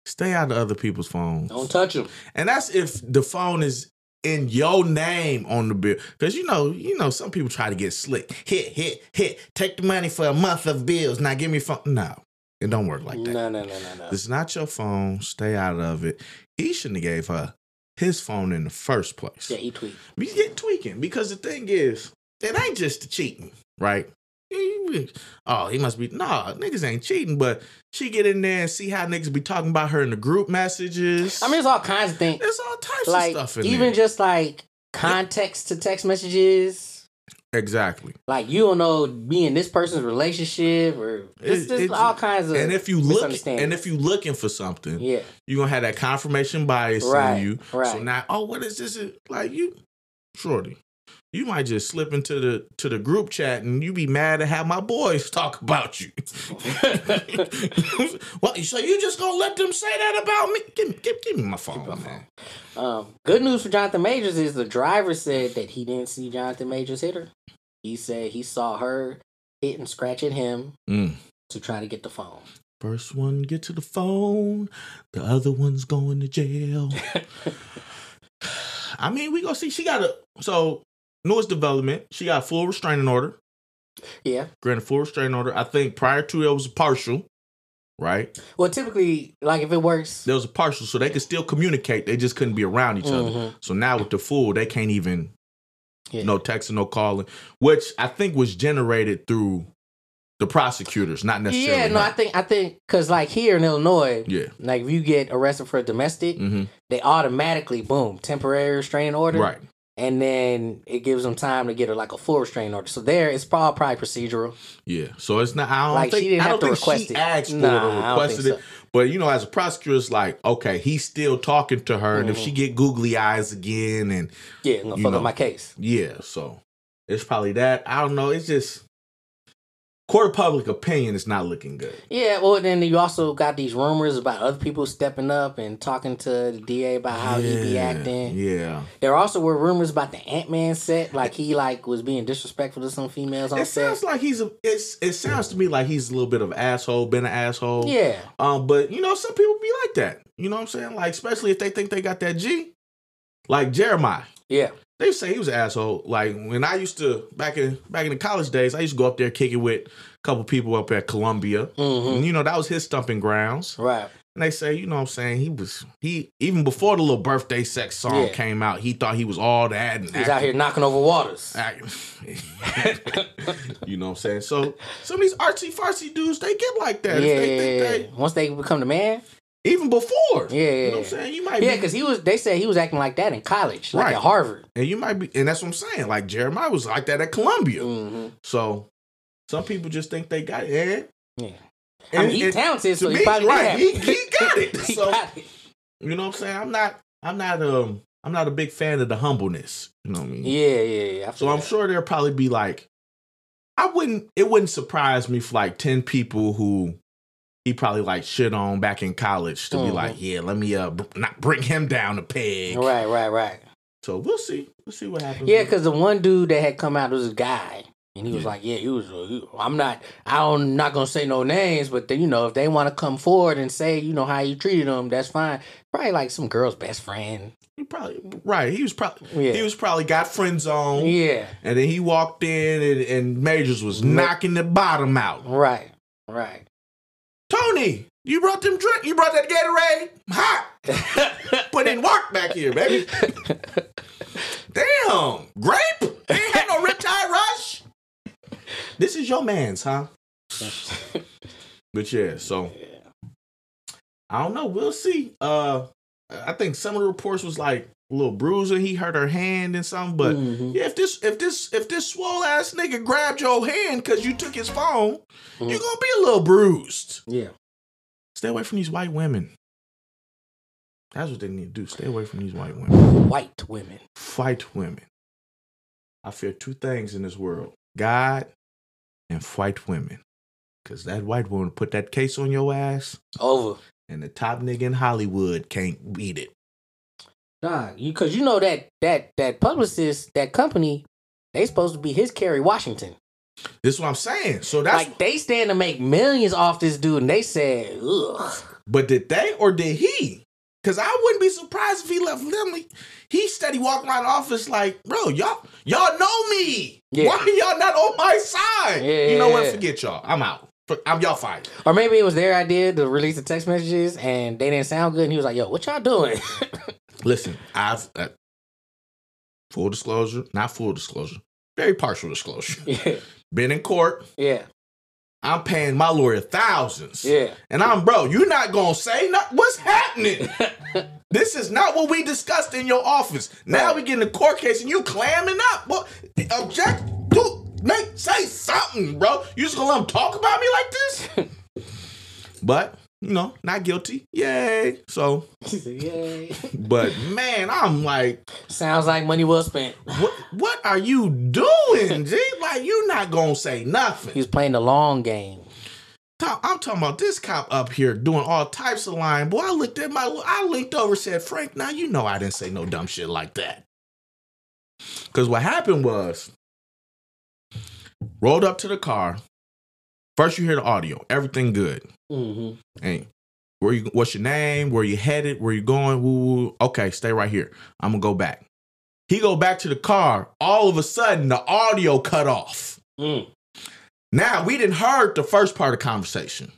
stay out of other people's phones. Don't touch him. And that's if the phone is in your name on the bill. Because you know, you know, some people try to get slick. Hit, hit, hit. Take the money for a month of bills. Now give me phone. No. It don't work like that. No, no, no, no, no. It's not your phone. Stay out of it. He shouldn't have gave her his phone in the first place. Yeah, he tweet. We get tweaking because the thing is, it ain't just the cheating, right? Oh, he must be nah, niggas ain't cheating, but she get in there and see how niggas be talking about her in the group messages. I mean, it's all kinds of things. There's all types Like of stuff in even there. just like context to text messages. exactly. Like you don't know me and this person's relationship or It- it's just it's- all kinds of. And if you look, misunderstanding. and if you looking for something, <laughs> yeah, <laughs> you're gonna have that confirmation bias Right, in you. right. So now, oh, what is this? Like you, shorty, you might just slip into the to the group chat and you be mad at how my boys talk about you. <laughs> well, so you just gonna let them say that about me? Give me, give, give me my phone, man. Um, good news for Jonathan Majors is the driver said that he didn't see Jonathan Majors hit her. He said he saw her hit and scratch at him Mm. to try to get the phone. First one get to the phone, the other one's going to <laughs> jail. I mean, we gonna see. She got a so newest development. She got a full restraining order. Yeah. granted full restraining order. I think prior to it was a partial, right? Well, typically, like if it works, There was a partial, so they could still communicate. They just couldn't be around each other. Mhm. So now with the full, they can't even Yeah. no texting, no calling, which I think was generated through the prosecutors, not necessarily. yeah, no, I her. think I think because like here in Illinois, yeah, like if you get arrested for domestic, hmm they automatically boom temporary restraining order, right. And then it gives them time to get a, like a full restraining order. So there, it's probably probably procedural. Yeah, so it's not. I don't Like, she think didn't I have don't to think request she it. asked for it Nah, or I don't requested think it. But you know, as a prosecutor, it's like okay, he's still talking to her, and if Mhm. she get googly eyes again, and Yeah, I'm gonna You fuck know. up my case. Yeah, so it's probably that. I don't know. It's just court of public opinion is not looking good. Yeah, well, then you also got these rumors about other people stepping up and talking to the DA about how he be acting. Yeah, There also were rumors about the Ant Man set, like he like was being disrespectful to some females on it set. sounds like he's a. It's it sounds to me like he's a little bit of an asshole, been an asshole. yeah, Um, but you know, some people be like that. You know what I'm saying? Like especially if they think they got that G, like Jeremiah. yeah, They say he was an asshole. Like when I used to back in back in the college days, I used to go up there kick it with a couple people up at Columbia. hmm And, you know that was his stumping grounds. right. And they say, you know what I'm saying? He was he even before the little birthday sex song Yeah. came out, he thought he was all that and He's out here knocking over waters. Ah, act- <laughs> you know what I'm saying? So some of these artsy fartsy dudes, they get like Yeah, that. If yeah, they think yeah. Once they become the man, they even before. yeah, yeah, You know yeah. what I'm saying? You might be because he was. They said he was acting like that in college, like Right. at Harvard. and you might be and that's what I'm saying. Like Jeremiah was like that at Columbia. hmm So some people just think they got it. And, Yeah, I and- mean, he's and talented, to so me, he probably right, he, did have it. he <laughs> got it. He So got it. you know what I'm saying? I'm not I'm not um I'm not a big fan of the humbleness. You know what I mean? Yeah, yeah, yeah. I So feel I'm that. sure there'll probably be like, I wouldn't. It wouldn't surprise me for like ten people who he probably like shit on back in college to be Mhm. like, yeah, let me uh br- not bring him down a peg. Right, right, right. So we'll see. We'll see what happens. Yeah, because the one dude that had come out was a guy, and he Mm-hmm. was Yeah. like, "Yeah, he was. uh, he- I'm not. I don't. Not gonna say no names, but they, you know, if they want to come forward and say, you know, how you treated them, that's fine. Probably like some girl's best friend. he probably right. He was probably Yeah. he was probably got friend zone, Yeah, and then he walked in and, and Majors was Ma- knocking the bottom out. right, right. <laughs> Tony, you brought them drink. You brought that Gatorade. Hot. Put in work back here, baby. Damn, grape? Ain't had no riptide rush. This is your man's, huh? But yeah, so Yeah. I don't know. We'll see. Uh, I think some of the reports was like a little bruiser. He hurt her hand and something. But Mhm. yeah, if this if this if this swole ass nigga grabbed your hand because you took his phone, Mhm. you're gonna be a little bruised. yeah. Stay away from these white women. That's what they need to do. Stay away from these white women. White women. Fight women. I fear two things in this world: God and fight women. Cause that white woman put that case on your ass, Over. and the top nigga in Hollywood can't beat it. Nah, you because you know that that that publicist that company they supposed to be his Kerry Washington. This is what I'm saying. So that's like they stand to make millions off this dude, and they said, "Ugh, but did they or did he? Cause I wouldn't be surprised if he left Limley. He steady walking around the office like, bro, y'all, y'all know me. Yeah. Why y'all not on my side? Yeah, you know yeah, what? yeah. Forget y'all. I'm out. F- I'm y'all fired. Or maybe it was their idea to release the text messages, and they didn't sound good. And he was like, "Yo, what y'all doing?" <laughs> Listen, I've uh, full disclosure, not full disclosure, very partial disclosure. <laughs> yeah, Been in court. yeah, I'm paying my lawyer thousands. yeah. And I'm, bro, you're not gonna say not what's <laughs> happening. this is not what we discussed in your office. Now Right. we get in the court case and you clamming up. Well, object, do make say something, bro. You just gonna let them talk about me like this? <laughs> but you know, not guilty. Yay. So, He said, Yay! but man, I'm like, <laughs> Sounds like money well spent. what? What are you doing, G? Like, you not gonna say nothing. He was playing the long game. Tom, I'm talking about this cop up here doing all types of lying. Boy, I looked at my, I linked over, said, Frank, now you know I didn't say no dumb shit like that. Because what happened was, rolled up to the car. First, you hear the audio, everything good. Mm-hmm. Hey, where you? What's your name? Where you headed? Where you going? Woo, woo, woo. Okay, stay right here. I'm gonna go back. He go back to the car. All of a sudden, the audio cut off. Mm. Now we didn't heard the first part of the conversation.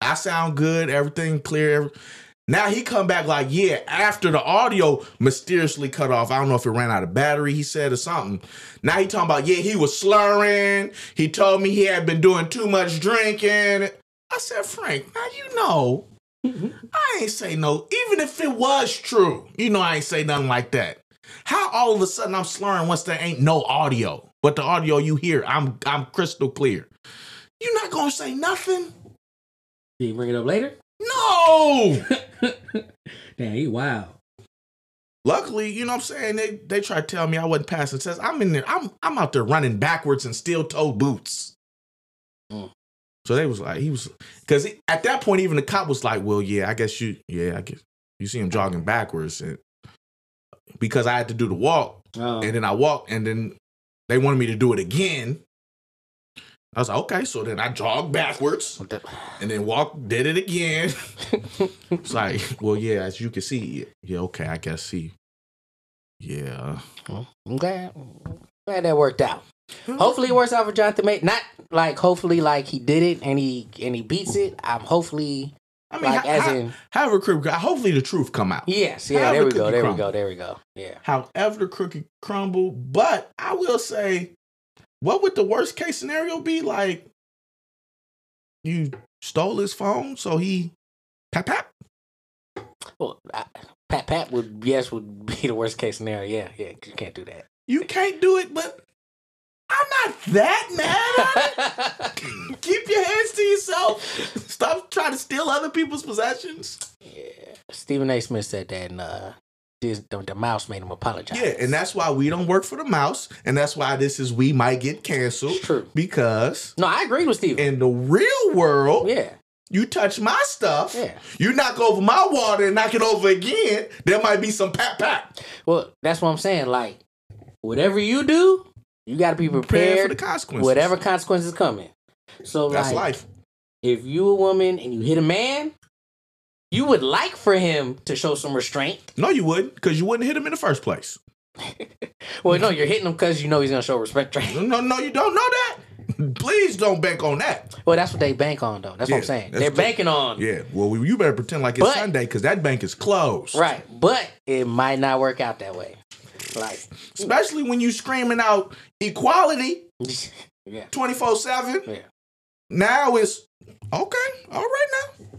I sound good, everything clear. every- Now he come back like, yeah, after the audio mysteriously cut off. I don't know if it ran out of battery, he said, or something. Now he talking about, yeah, he was slurring. He told me he had been doing too much drinking. I said, Frank, now you know, I ain't say no, even if it was true. You know I ain't say nothing like that. How all of a sudden I'm slurring once there ain't no audio, but the audio you hear, I'm I'm crystal clear. You not gonna say nothing? Did he bring it up later? <laughs> No. Damn, he wild. <laughs> Luckily, you know what I'm saying. They they try to tell me I wasn't passing tests. I'm in there. I'm I'm out there running backwards in steel toe boots. Mm. So they was like, he was because at that point even the cop was like, well, yeah, I guess you, yeah, I guess you see him jogging backwards, and because I had to do the walk, Oh, And then I walked, and then they wanted me to do it again. I was like, okay. So then I jogged backwards what the- and then walked, did it again. it's like, <laughs> well, yeah, as you can see, yeah, okay, I guess see. Yeah. Well, <laughs> I'm glad, glad that worked out. Hopefully it works out for Jonathan May. Not like hopefully like he did it and he and he beats it. I'm hopefully I mean, like ho- as ho- in however, crooked, hopefully the truth come out. yes, yeah. however There we could go. you There we crumble? go. There we go. Yeah. However, the crooked crumble. But I will say, what would the worst case scenario be? Like, you stole his phone, so he, pap, pap. Well, I, Pat Pat would yes would <laughs> be the worst case scenario. Yeah, yeah. You can't <laughs> do that. You can't do it, but I'm not that <laughs> mad at it. Keep your hands to yourself. Stop trying to steal other people's possessions. yeah. Stephen A. Smith said that, and uh, this, the, the mouse made him apologize. Yeah, and that's why we don't work for the mouse, and that's why this is we might get canceled It's true. because No, I agree with Steven. in the real world, yeah, you touch my stuff, yeah. you knock over my water and knock it over again, there might be some pat pat Well, that's what I'm saying. Like, whatever you do, you got to be prepared for prepared the consequences. whatever consequences coming. So That's like, life. if you a woman and you hit a man, you would like for him to show some restraint. No, you wouldn't, because you wouldn't hit him in the first place. Well, no, you're hitting him because you know he's gonna show restraint. No, no, you don't know that. Please don't bank on that. well, that's what they bank on though. That's what I'm Yeah, saying. that's They're true. banking on Yeah, well, you better pretend like it's But- Sunday because that bank is closed. right, but it might not work out that way. Like, <laughs> Especially when you screaming out equality yeah, twenty four seven. Yeah. Now it's okay. All right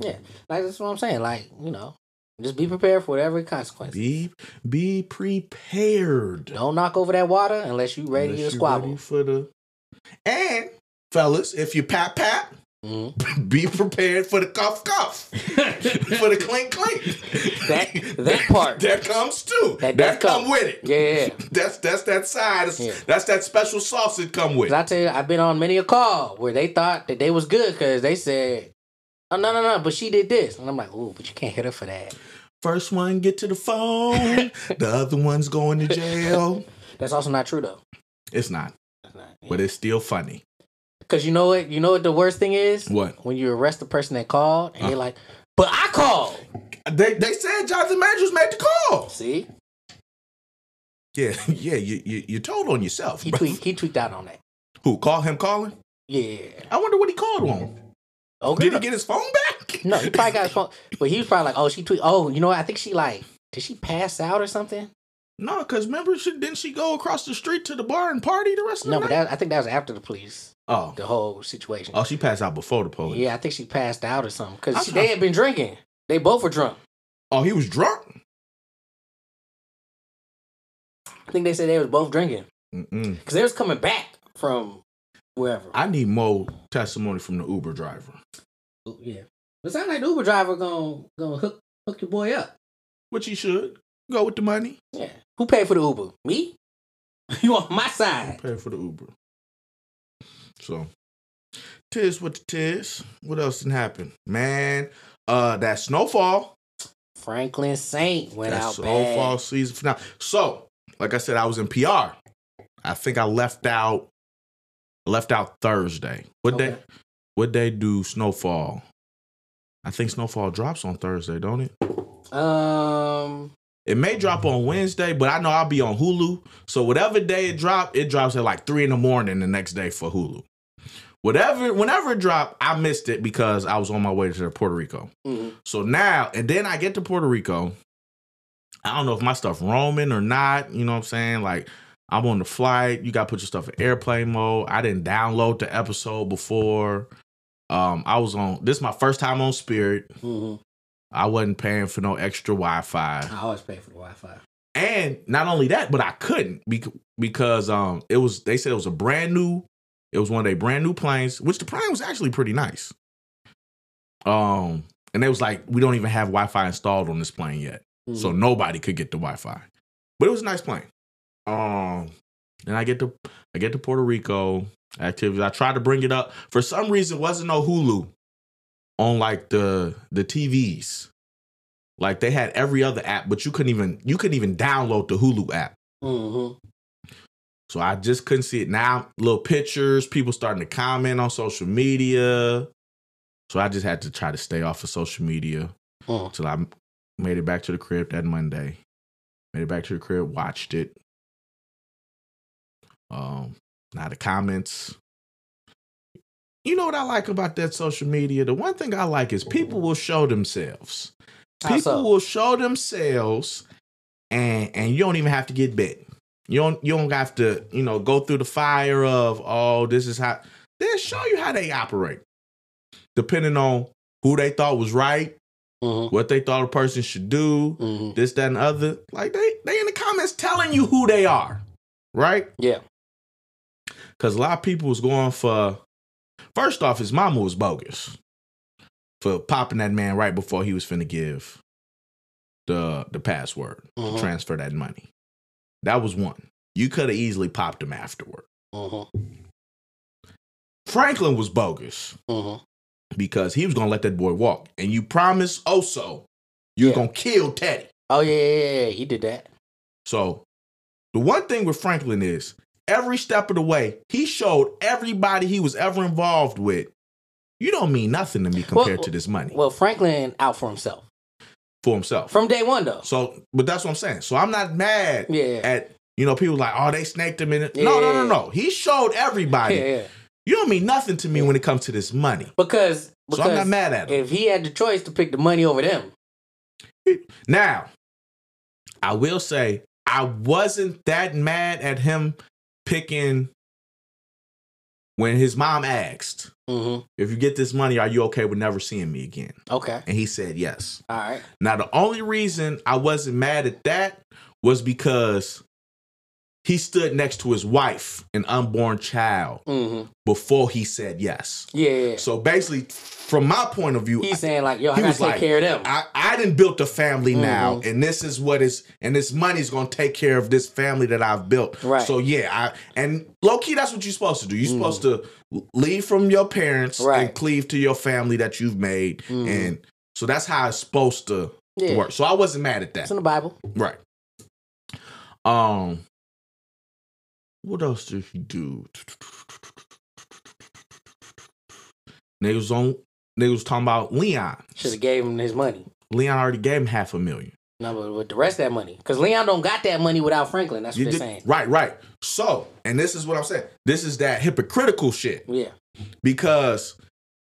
now. Like that's what I'm saying. Like you know, just be prepared for whatever consequence. Be be prepared. Don't knock over that water unless you ready Unless to you squabble. ready for the. And fellas, if you pap pap, Mhm. be prepared for the cuff cuff, <laughs> for the clink clink. Mm-hmm. <laughs> That- that part. that comes too. That That, does come come. with it. Yeah, yeah. That's that's that side. That's, Yeah. that's that special sauce it come with. Cause I tell you, I've been on many a call where they thought that they was good because they said, "Oh no, no, no," but she did this, and I'm like, "Ooh, but you can't hit her for that." First one get to the <laughs> phone. the other one's going to jail. That's also not true though. It's not, That's not. but it's still funny. Cause you know what? You know what the worst thing is What when you arrest the person that called, Uh-huh. and they're like, "But I called." they they said? Jonathan Majors made the call. See, Yeah, <laughs> yeah. You you, you told on yourself. he bro. tweaked. He tweaked out on that. Who called him calling? Yeah. I wonder what he called on. Okay. Did he get his phone back? no, <laughs> he probably got his phone, but he was probably like, "Oh, she tweaked. Oh, you know, what? I think she like, did she pass out or something?" No, because remember, she, didn't she go across the street to the bar and party the rest of No, the but night? that, I think that was after the police, oh, the whole situation. oh, she passed out before the police. Yeah, I think she passed out or something because I'm- they had been drinking. They both were drunk. Oh, he was drunk. I think they said they was both drinking Mm-mm. because they was coming back from wherever. I need more testimony from the Uber driver. yeah, it sounds like the Uber driver gonna gonna hook hook your boy up. Which he should go with the money. Yeah, <laughs> who paid for the Uber? Me? <laughs> you on my side? Prepare for the Uber. So, tis what the tis. What else didn't happen, man? Uh, that snowfall. Franklin Saint went that out bad. snowfall season finale. So, like I said, I was in PR. I think I left out. Left out Thursday. What day? Okay. What day do snowfall? I think snowfall drops on Thursday, don't it? Um, It may drop on Wednesday, but I know I'll be on Hulu. So whatever day it drop, it drops at like three in the morning the next day for Hulu. Whatever, whenever it dropped, I missed it because I was on my way to Puerto Rico. mhm. So now, and then I get to Puerto Rico. I don't know if my stuff roaming or not. You know what I'm saying? Like I'm on the flight. You got to put your stuff in airplane mode. I didn't download the episode before. Um, I was on. This is my first time on Spirit. Mhm. I wasn't paying for no extra Wi-Fi I always pay for the Wi Fi. and not only that, but I couldn't bec- because um it was they said it was a brand new, it was one of their brand new planes, which the plane was actually pretty nice. Um, and they was like, we don't even have Wi-Fi installed on this plane yet, Mm-hmm. so nobody could get the Wi-Fi. But it was a nice plane. Um, then I get to I get to Puerto Rico activities. I tried to bring it up for some reason. Wasn't no Hulu on like the the TVs. Like they had every other app, but you couldn't even you couldn't even download the Hulu app. mm-hmm. So I just couldn't see it. Now little pictures, people starting to comment on social media. So I just had to try to stay off of social media Mm. till I m- made it back to the crib that Monday. Made it back to the crib, watched it. Um, now the comments. You know what I like about that social media? The one thing I like is people will show themselves. How People so? will show themselves, and and you don't even have to get bit. You don't you don't have to you know go through the fire of oh this is how they'll show you how they operate, depending on who they thought was right, Mm-hmm. what they thought a person should do, Mm-hmm. this, that, and the other. Like they they in the comments telling you who they are. Right? Yeah. Cause a lot of people was going for first off, his mama was bogus for popping that man right before he was finna give the the password, Mhm. transfer that money. That was one. You could have easily popped him afterward. Mm-hmm. Franklin was bogus Mm-hmm. because he was gonna let that boy walk. And you promised also you're Yeah. gonna kill Teddy. Oh yeah, yeah, yeah, yeah, he did that. So the one thing with Franklin is every step of the way, he showed everybody he was ever involved with, you don't mean nothing to me compared to this money Well, Franklin out for himself for himself. from day one though. so, but that's what I'm saying. So I'm not mad Yeah, at, you know, people like, oh, they snaked him in it. No, no, no, no. He showed yeah, everybody, yeah. you don't mean nothing to me when it comes to this money. Because So I'm not because mad at him. if he had the choice to pick the money over them, Now, I will say I wasn't that mad at him picking when his mom asked, Mm-hmm. if you get this money, are you okay with never seeing me again? Okay. And he said yes. All right. Now, the only reason I wasn't mad at that was because he stood next to his wife, an unborn child, Mm-hmm. before he said yes. Yeah. yeah. So basically, from my point of view, He's saying like, yo, I He gotta was take like, care of them. I, I didn't built a Mm-hmm. family now, and this is what is, and this money's gonna take care of this family that I've built. Right. Mm. So yeah, I and low key, that's what you're supposed to do. You're supposed to leave from your parents Right. and cleave to your family that you've made, Mhm. and so that's how it's supposed to yeah. work. So I wasn't mad at that. It's in the Bible. Right. Um. What else did he do? Niggas on. Niggas talking about Leon. Should have gave him his money. Leon already gave him half a million. No, but with the rest of that money, because Leon don't got that money without Franklin. That's what You they're did- saying. right, right. So, and this is what I'm saying. This is that hypocritical shit Yeah. because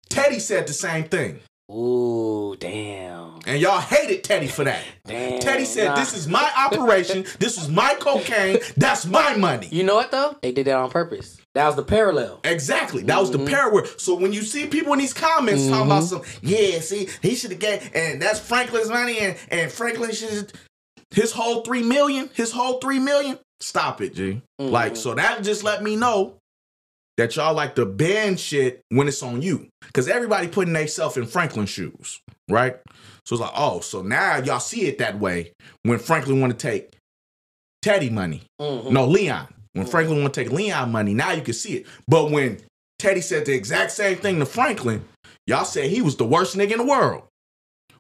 Teddy said the same thing, Ooh, damn. and y'all hated Teddy for that. Damn. Teddy said, nah. "This is my operation. this is my cocaine. That's my money." You know what though? They did that on purpose. That was the parallel. Exactly. That was Mm-hmm. the pair word. So when you see people in these comments talking about some, yeah, see, he should have get and that's Franklin's money and, and Franklin should his whole three million, his whole three million. Stop it, G. Mm-hmm. Like, so that just let me know that y'all like to ban shit when it's on you. Cause everybody putting themselves in Franklin shoes, right? So it's like, oh, so now y'all see it that way when Franklin wanna take Teddy money. Mhm. No, Leon. When Franklin want to take Leon money, now you can see it. But when Teddy said the exact same thing to Franklin, y'all said he was the worst nigga in the world,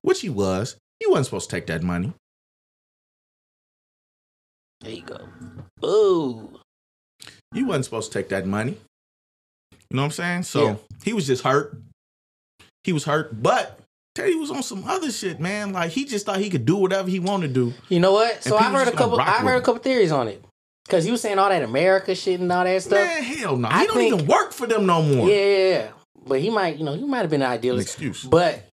which he was. He wasn't supposed to take that money. There you go. Ooh. You wasn't supposed to take that money. You know what I'm saying? So Yeah. he was just hurt. He was hurt, but Teddy was on some other shit, man. Like he just thought he could do whatever he wanted to do. You know what? So I people heard a just gonna couple. rock I with heard a it. couple theories on it. Cause you was saying all that America shit and all that stuff. Man, hell no. I He don't think- even work for them no Yeah, more. yeah, yeah. But he might, you know, he might have been an An idealist. excuse. But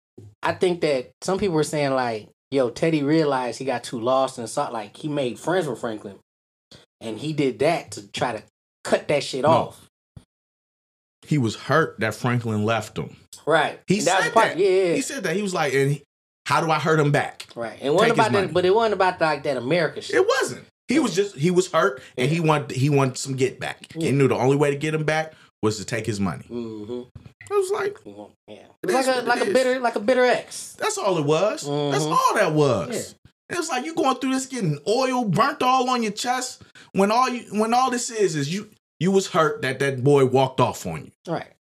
I think that some people were saying like, yo, Teddy realized he got too lost and sought like he made friends with Franklin. And he did that to try to cut that shit No. off. He was hurt that Franklin left him. Right. He And said was the part- that. Yeah, yeah. He said that he was like, and he- how do I hurt him back? Right. And what Take his about money. that but it wasn't about like that America shit. It wasn't. He was just he was hurt, and he wanted he wanted some get back. Yeah. He knew the only way to get him back was to take his money. hmm I was like, Yeah. It It's is like what a it like a is. bitter like a bitter ex. that's all it was. That's Mhm. all that was. It was like you going through this, getting oil burnt all on your chest. When all you when all this is is you you was hurt that that boy walked off on you. Right.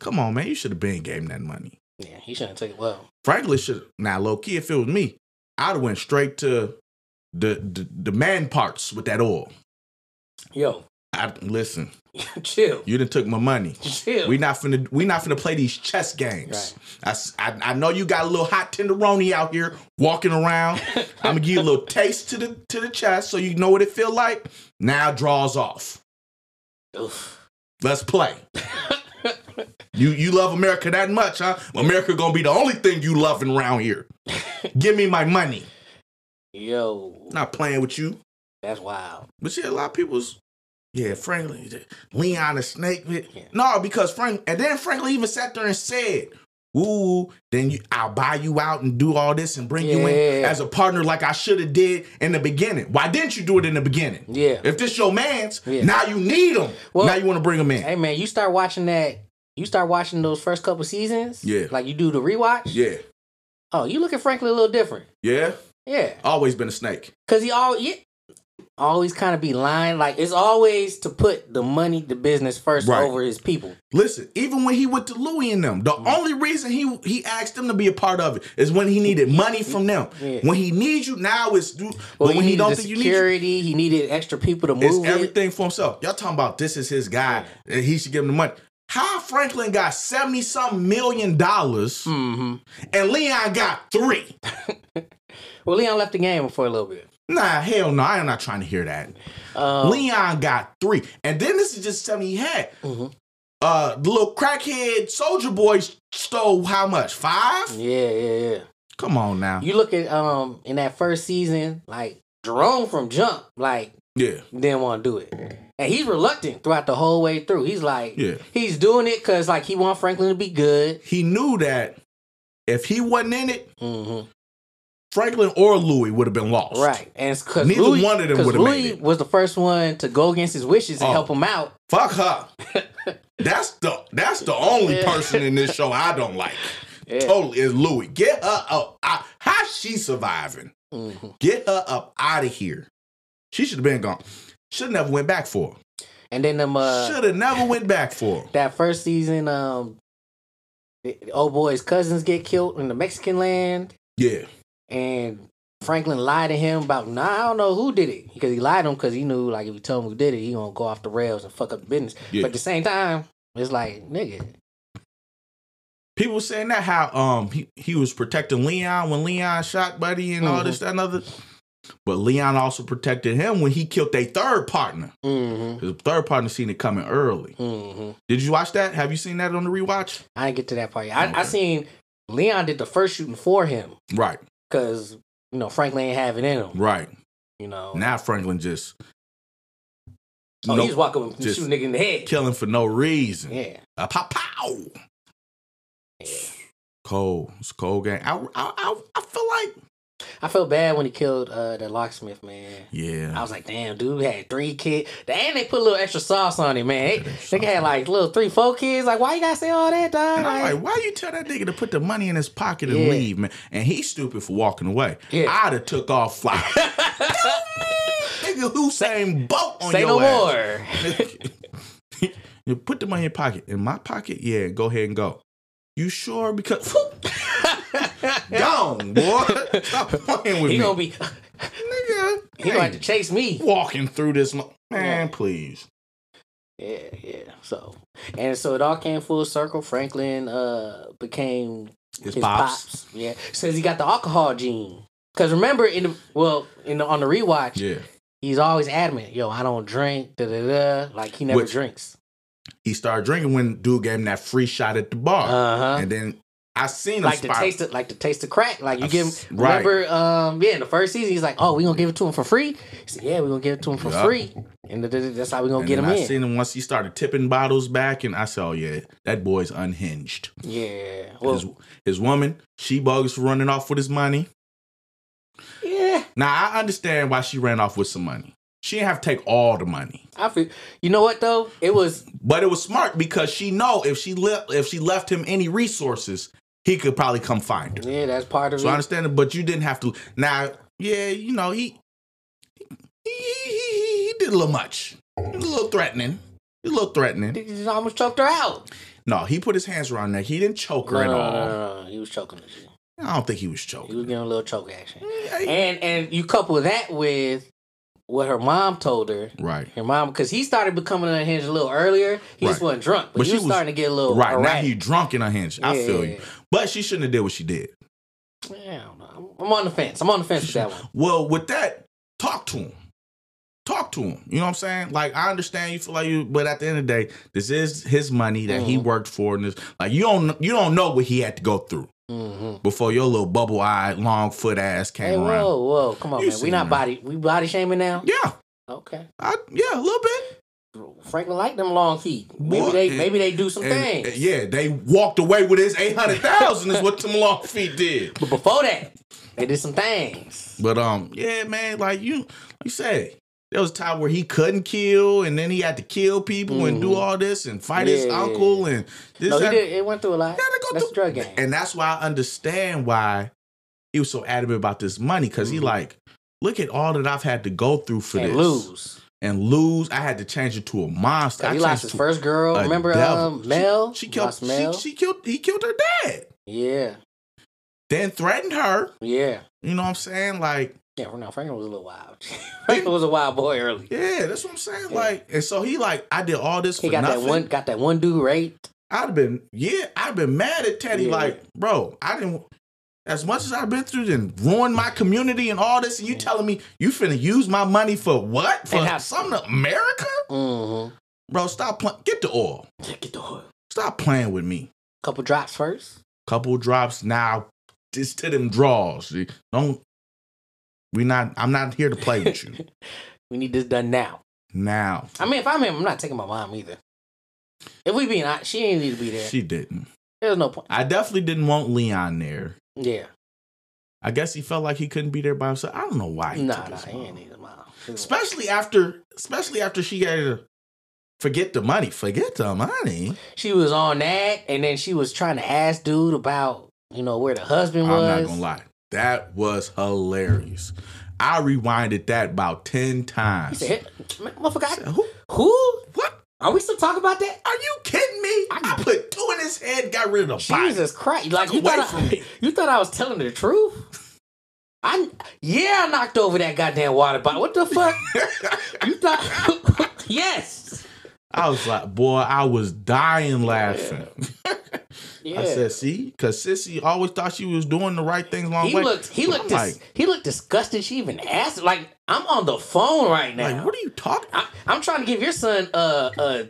Come on, man, you should have been gave him that money. Yeah, he shouldn't take it well. Franklin should now low key. If it was me, I'd have went straight to the the, the man parts with that oil. Yo, <laughs> I listen. chill. You done took my money. Chill. We not finna we not finna play these chess games. Right. I s- I, I know you got a little hot tenderoni out here walking around. I'm gonna give you a little taste to the to the chest so you know what it feel like. Now draws off. <laughs> Oof. Let's play. you you love America that much, huh? America gonna be the only thing you loving around here. give me my money. Yo. Not playing with you. That's wild. But yeah, a lot of people's yeah, Franklin, Leon a snake. bit. Yeah. No, because Frank and then Franklin even sat there and said, "Ooh, then you, I'll buy you out and do all this and bring you in Yeah. as a partner, like I should have did in the beginning. Why didn't you do it in the beginning? Yeah. If this your man's, Yeah. now you need him. Well- now you want to bring him in. Hey man, you start watching that. You start watching those first couple seasons. Yeah. Like you do the rewatch. yeah, Oh, you look at Franklin a little different. yeah. Yeah. Always been a snake. Cause he all yeah, always kind of be lying. Like it's always to put the money, the business first Right. over his people. Listen, even when he went to Louis and them, the Mm-hmm. only reason he he asked them to be a part of it is when he needed money from them. Mm-hmm. Yeah. When he needs you, now it's do. Well, but when he, he needed don't the think you need you, security. He needed extra people to It's move it. everything for himself. Y'all talking about this is his guy and he should give him the money. How Franklin got 70 some million dollars hmm and Leon got three. Well, Leon left the game for a little bit. Nah, hell no, I am not trying to hear that. Um, Leon got three. And then this is just something he had. Mhm. Uh the little crackhead soldier boy stole how much? Five? Yeah, yeah, yeah. Come on now. You look at um in that first season, like Jerome from Jump, like Yeah. didn't want to do it. And he's reluctant throughout the whole way through. He's like, Yeah. he's doing it because like he want Franklin to be good. He knew that if he wasn't in it, hmm Franklin or Louis would have been lost. Right, and it's because Neither Louis, one of them 'cause would've made Louis it. was the first one to go against his wishes and Oh. help him out. Fuck her. <laughs> that's the that's the only Yeah. person in this show I don't like. Yeah. Totally is Louis. Get her up. I, how's she surviving? Mhm. Get her up out of here. She should have been gone. Should have never went back for her. And then them uh, should have never went back for her. that first season, um, the the old boy's cousins get killed in the Mexican land, Yeah. and Franklin lied to him about nah, I don't know who did it because he lied to him because he knew like if you tell him who did it, he gonna go off the rails and fuck up the business. Yeah. But at the same time, it's like nigga, People were saying that how um he, he was protecting Leon when Leon shot Buddy and all Mm-hmm. this, that, and other. But Leon also protected him when he killed their third partner. mm-hmm, His third partner seen it coming early. mm-hmm. Did you watch that? Have you seen that on the rewatch? I didn't get to that part. Yet. I, I Okay. seen Leon did the first shooting for him Right, because you know Franklin ain't have it in him. right. You know, Now Franklin just oh, no- he was walking up and just shooting nigga in the head. killing for no reason. Yeah, A pop pow. yeah. Cold. It's a cold game. I, I I I feel like I felt bad when he killed uh, the locksmith man. I yeah. was like, damn, dude had three kids. And they put a little extra sauce on it, man. They, Extra they had like little three, four kids. Like, why you gotta say all that, dog? And I'm Like, like, why you tell that nigga to put the money in his pocket and Yeah. leave, man? And he's stupid for walking away. Yeah. I'd have took off fly. <laughs> nigga Hussein boat on say your no ass. more. <laughs> you put the money in your pocket. In my pocket? Yeah, go ahead and go. You sure? Because <laughs> <laughs> gone, boy. Stop playing with me. he gonna be Nigga, he ain't gonna have to chase me. walking through this. Mo- Man, please. Yeah, yeah. So and so it all came full circle. Franklin uh became His, his pops. pops. Yeah. Says he got the alcohol gene. Cause remember in the well, in the, on the rewatch, Yeah. he's always adamant, yo, I don't drink, da da da. Like he never Which- drinks. He started drinking when dude gave him that free shot at the bar. Uh huh. and then I seen him like the spiral. taste of like the taste of crack. Like you I've give s- him right. remember um yeah, in the first season he's like, Oh, we gonna give it to him for free? He said, Yeah, we gonna give it to him for Yeah. free. And th- th- that's how we gonna and get then him I in. seen him once he started tipping bottles back, and I said, "Oh yeah, that boy's unhinged." yeah. Well his, his woman, she bugs for running off with his money. yeah. Now I understand why she ran off with some money. She didn't have to take all the money, I feel you know what though? It was but it was smart because she know if she left if she left him any resources, he could probably come find her. yeah, that's part of So I it. understand it, but you didn't have to. Now, yeah, you know he he he, he, he did a little much, a little threatening, a little threatening. He just almost choked her out. No, he put his hands around her. neck. He didn't choke her No, at no, no, all. no, no. He was choking. her. I don't think he was He choking. was getting a little choke action. Yeah, And and you couple that with what her mom told her. Right, Her mom, because he started becoming unhinged a little earlier. He just Right. wasn't drunk, but, But he she was was- starting to get a little right. Now erratic. he drunk and unhinged. I feel Yeah. you, but she shouldn't have did what she did. Yeah, I don't know. I'm I'm on the fence. I'm on the fence with that one. Well, with that, talk to him. Talk to him. You know what I'm saying? Like I understand you feel like you, but at the end of the day, this is his money that he Mhm. worked for, and this like you don't you don't know what he had to go through Mm-hmm. before your little bubble eyed, long foot ass came Hey, around. whoa, whoa, come on, You man. see, We not man. body, we body shaming now. Yeah, Okay, I, yeah, a little bit. Franklin like them long feet. Maybe Boy, they, and- maybe they do some And, things. and yeah, they walked away with his eight hundred thousand. is what Tim long feet did. But before that, they did some things. But um, yeah, man, like you, like you said, there was a time where he couldn't kill, and then he had to kill people and do Mhm. all this and fight his Yeah. uncle and this. no, he that. did. It went through a lot. Yeah, they go That's through- drug game. And that's why I understand why he was so adamant about this money because he Mhm. like, look at all that I've had to go through for And this lose. and lose. I had to change it to a monster. I He lost changed his it to first girl. a Remember, devil. um, She- Mel. She He killed. lost Mel. She, she killed. He killed her dad. yeah, Then threatened her. yeah, You know what I'm saying? Like, yeah. No, Franklin was a little wild. <laughs> Franklin was a wild boy early. yeah, that's what I'm saying. Yeah. Like, and so he like, I did all this He for got nothing. that one. Got that one dude raped. I'd have been, yeah, I'd been mad at Teddy. Yeah. Like, bro, I didn't. As much as I've been through, then ruined my community and all this, and you telling me you finna use my money for what? For And how- something America, Mm-hmm. bro? Stop playing. Get the oil. Get the oil. Stop playing with me. Couple drops first. Couple drops now. Just <laughs> to them draws. Don't. We not. I'm not here to play with you. We need this done now. Now I mean, if I'm him, I'm not taking my mom either. If we being honest, she ain't need to be there. she didn't. There's no point. I definitely didn't want Leon there. Yeah. I guess he felt like he couldn't be there by himself. I don't know why. He Nah, took nah, his he mom. ain't need his mom. Especially after, especially after she had to forget the money. Forget the money. She was on that, and then she was trying to ask dude about, you know, where the husband was. I'm not gonna lie, that was hilarious. I rewinded that about ten He times. said, "Man, motherfucker, I said, I- Who? who? What? Are we still talking about that? Are you kidding me? I, put two in his head, got rid of the body. Jesus Christ. Like, Fuck you away thought, from I, me. <laughs> you thought I was telling the truth? I, yeah, I knocked over that goddamn water bottle. What <laughs> the fuck? you thought, <laughs> yes. <laughs> I was like, boy, I was dying laughing. Yeah. I said, see, because Sissy always thought she was doing the right things long he way. looked, he But looked, I'm dis- like, he looked disgusted. She even asked, like, I'm on the phone right now. like, what are you talking? I, I'm trying to give your son uh uh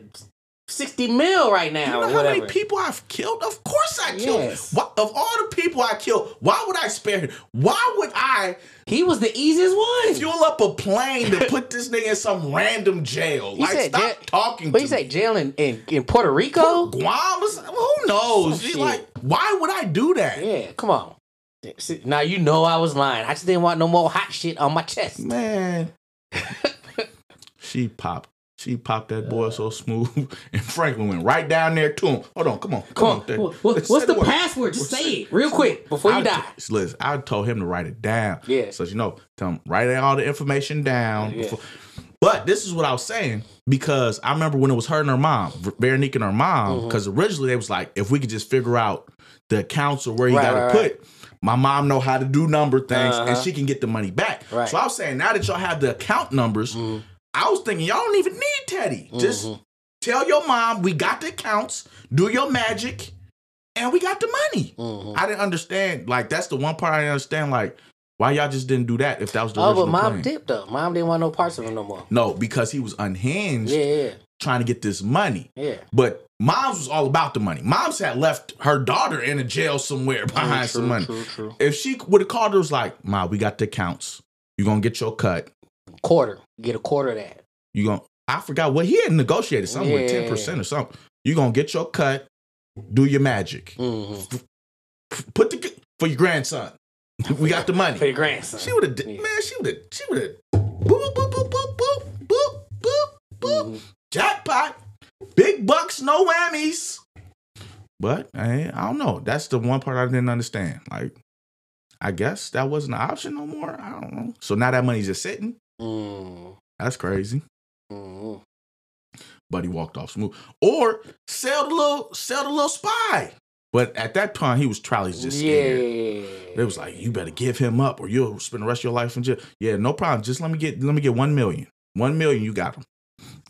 sixty mil right You know now or how many whatever. people I've killed? Of course I killed. Yes. Why, of all the people I killed, why would I spare him? Why would I he was the easiest one. fuel up a plane to put this nigga in some random jail? He like, said stop jail- talking what to you me. say, jail in, in, in Puerto Rico? Guam? Or something? Who knows? Some She shit. like, why would I do that? Yeah, come on. See, Now you know I was lying. I just didn't want no more hot shit on my chest. Mm, <laughs> Man. she popped. She popped that boy so smooth. <laughs> And Franklin went right down there to him. Hold on, come on. Come, Come on. on. Dad. Wha- wha- Let's what's say the word. password? Just Let's say say- it real quick before you I die. t- listen, I told him to write it down. Yeah. So you know, tell him write all the information down. Yeah. before- But this is what I was saying because I remember when it was her and her mom, Veronique and her mom, Mhm. because originally they was like, if we could just figure out the accounts or where you Right, got to right, put, right. my mom know how to do number things and Uh-huh. she can get the money back. Right. So I was saying now that y'all have the account numbers, Mhm. I was thinking y'all don't even need Teddy. Just Mhm. tell your mom we got the accounts, do your magic, and we got the money. Mhm. I didn't understand. Like that's the one part I didn't understand. Like why y'all just didn't do that if that was the Oh, original but mom plan? dipped though. Mom didn't want no parts of him no more. No, because he was unhinged Yeah, yeah, trying to get this money. yeah. But mom's was all about the money. Mom's had left her daughter in a jail somewhere behind Mm, True, some money. True, true. If she would have called her, was like, "Ma, we got the accounts. You gonna get your cut. Quarter. Get a quarter of that. You gonna." I forgot what he had negotiated something with Yeah. ten percent or something. You gonna get your cut. Do your magic. Mhm. Put the for your grandson. <laughs> we got the money. For your grandson. She would have, Yeah. man. She would have, she would have. Boop boop boop boop boop boop boop boop. Mhm. Jackpot, big bucks, no whammies. But I, I don't know. That's the one part I didn't understand. Like, I guess that wasn't an option no more. I don't know. So now that money's just sitting. Mm, That's crazy. mm, But he walked off smooth. Or sell the little, sell the little spy. But at that time, he was probably just scared. They was like, you better give him up or you'll spend the rest of your life in jail. Yeah, no problem. Just let me get let me get one million. One million, you got him.